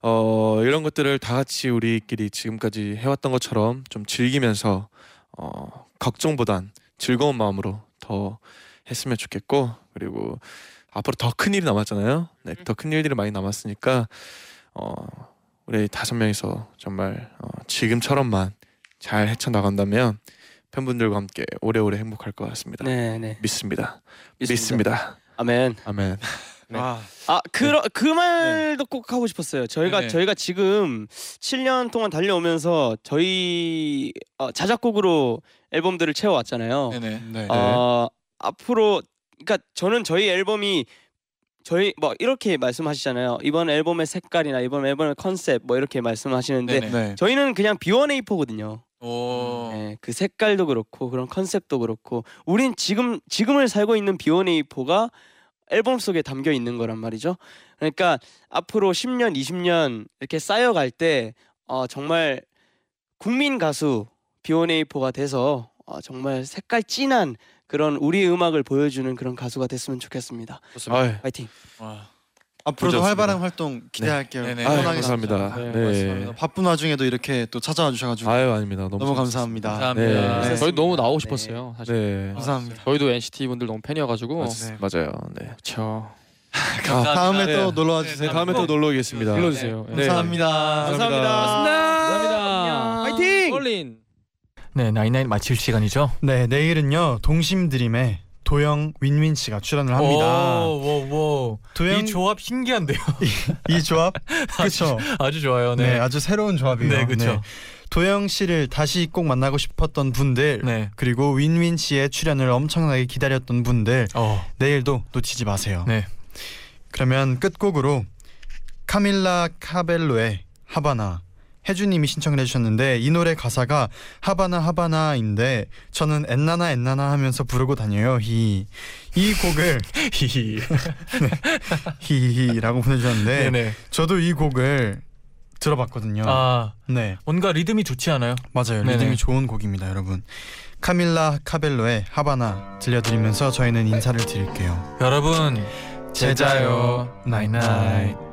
Speaker 4: 어 이런 것들을 다 같이 우리끼리 지금까지 해왔던 것처럼 좀 즐기면서 어 걱정보단 즐거운 마음으로 더 했으면 좋겠고 그리고 앞으로 더 큰 일이 남았잖아요. 네,
Speaker 5: 음.
Speaker 4: 더 큰 일들이 많이 남았으니까 어 우리 다섯 명이서 정말 어, 지금처럼만 잘 헤쳐 나간다면 팬분들과 함께 오래오래 행복할 것 같습니다.
Speaker 5: 네, 네.
Speaker 4: 믿습니다.
Speaker 5: 믿습니다.
Speaker 4: 믿습니다.
Speaker 5: 아멘.
Speaker 4: 아멘.
Speaker 5: 아, 그러, 그 말도 꼭 하고 싶었어요.
Speaker 11: 네.
Speaker 5: 저희가
Speaker 11: 네네.
Speaker 5: 저희가 지금 7년 동안 달려오면서 저희 어, 자작곡으로 앨범들을 채워왔잖아요.
Speaker 11: 네네. 네.
Speaker 5: 어, 앞으로 그러니까 저는 저희 앨범이 저희 뭐 이렇게 말씀하시잖아요. 이번 앨범의 색깔이나 이번 앨범의 컨셉 뭐 이렇게 말씀하시는데
Speaker 11: 네네.
Speaker 12: 네.
Speaker 5: 저희는 그냥 B1A4거든요.
Speaker 7: 어.
Speaker 11: 오.
Speaker 5: 네, 그 색깔도 그렇고 그런 컨셉도 그렇고 우린 지금 지금을 살고 있는 B1A4가 앨범 속에 담겨 있는 거란 말이죠. 그러니까 앞으로 10년, 20년 이렇게 쌓여갈 때 어, 정말 국민 가수 B1A4가 돼서 어, 정말 색깔 진한 그런 우리 음악을 보여주는 그런 가수가 됐으면 좋겠습니다.
Speaker 4: 아유,
Speaker 5: 파이팅.
Speaker 11: 와.
Speaker 12: 앞으로도
Speaker 4: 고생하셨습니다.
Speaker 12: 활발한 활동 기대할게요.
Speaker 11: 네. 네네.
Speaker 4: 아유,
Speaker 12: 편하게
Speaker 4: 감사합니다.
Speaker 12: 남자.
Speaker 4: 네.
Speaker 12: 고맙습니다. 바쁜 와중에도 이렇게 또 찾아와 주셔가지고
Speaker 4: 아유 아닙니다. 너무,
Speaker 12: 너무 감사합니다.
Speaker 11: 감사합니다.
Speaker 12: 네.
Speaker 7: 저희 너무 나오고
Speaker 5: 네.
Speaker 7: 싶었어요. 사실
Speaker 4: 네.
Speaker 12: 감사합니다.
Speaker 7: 저희도 NCT 분들 너무 팬이어가지고.
Speaker 12: 네.
Speaker 4: 맞아요. 네.
Speaker 7: 그렇죠.
Speaker 2: 아,
Speaker 11: 감사합니다.
Speaker 12: 다음에
Speaker 4: 네.
Speaker 12: 또 놀러 와주세요.
Speaker 4: 네, 다음에 또 놀러 오겠습니다.
Speaker 7: 불러주세요. 네.
Speaker 12: 감사합니다.
Speaker 7: 감사합니다.
Speaker 5: 파이팅!
Speaker 7: 올린.
Speaker 3: 네, 나인나인 마칠 시간이죠.
Speaker 2: 네 내일은요 동심 드림에 도영 윈윈 씨가 출연을 합니다.
Speaker 3: 오, 오, 오.
Speaker 2: 도영
Speaker 3: 이 조합 신기한데요. [laughs]
Speaker 2: 이 조합 그렇죠.
Speaker 3: 아주 좋아요.
Speaker 2: 네.
Speaker 3: 네.
Speaker 2: 아주 새로운 조합이에요.
Speaker 3: 네, 그쵸.
Speaker 2: 도영 씨를 다시 꼭 만나고 싶었던 분들
Speaker 3: 네.
Speaker 2: 그리고 윈윈 씨의 출연을 엄청나게 기다렸던 분들
Speaker 3: 어.
Speaker 2: 내일도 놓치지 마세요.
Speaker 3: 네.
Speaker 2: 그러면 끝곡으로 카밀라 카벨로의 하바나 혜주님이 신청을 해주셨는데 이 노래 가사가 하바나 하바나인데 저는 엔나나 엔나나 하면서 부르고 다녀요 히이 이 곡을 [laughs]
Speaker 3: 히히.
Speaker 2: 히히히라고 보내주셨는데
Speaker 3: 네네.
Speaker 2: 저도 이 곡을 들어봤거든요.
Speaker 3: 아,
Speaker 2: 네
Speaker 3: 뭔가 리듬이 좋지 않아요?
Speaker 2: 맞아요
Speaker 3: 네네.
Speaker 2: 리듬이 좋은 곡입니다 여러분 카밀라 카벨로의 하바나 들려드리면서 저희는 인사를 드릴게요.
Speaker 3: 여러분
Speaker 2: 제자요.
Speaker 3: 나잇나잇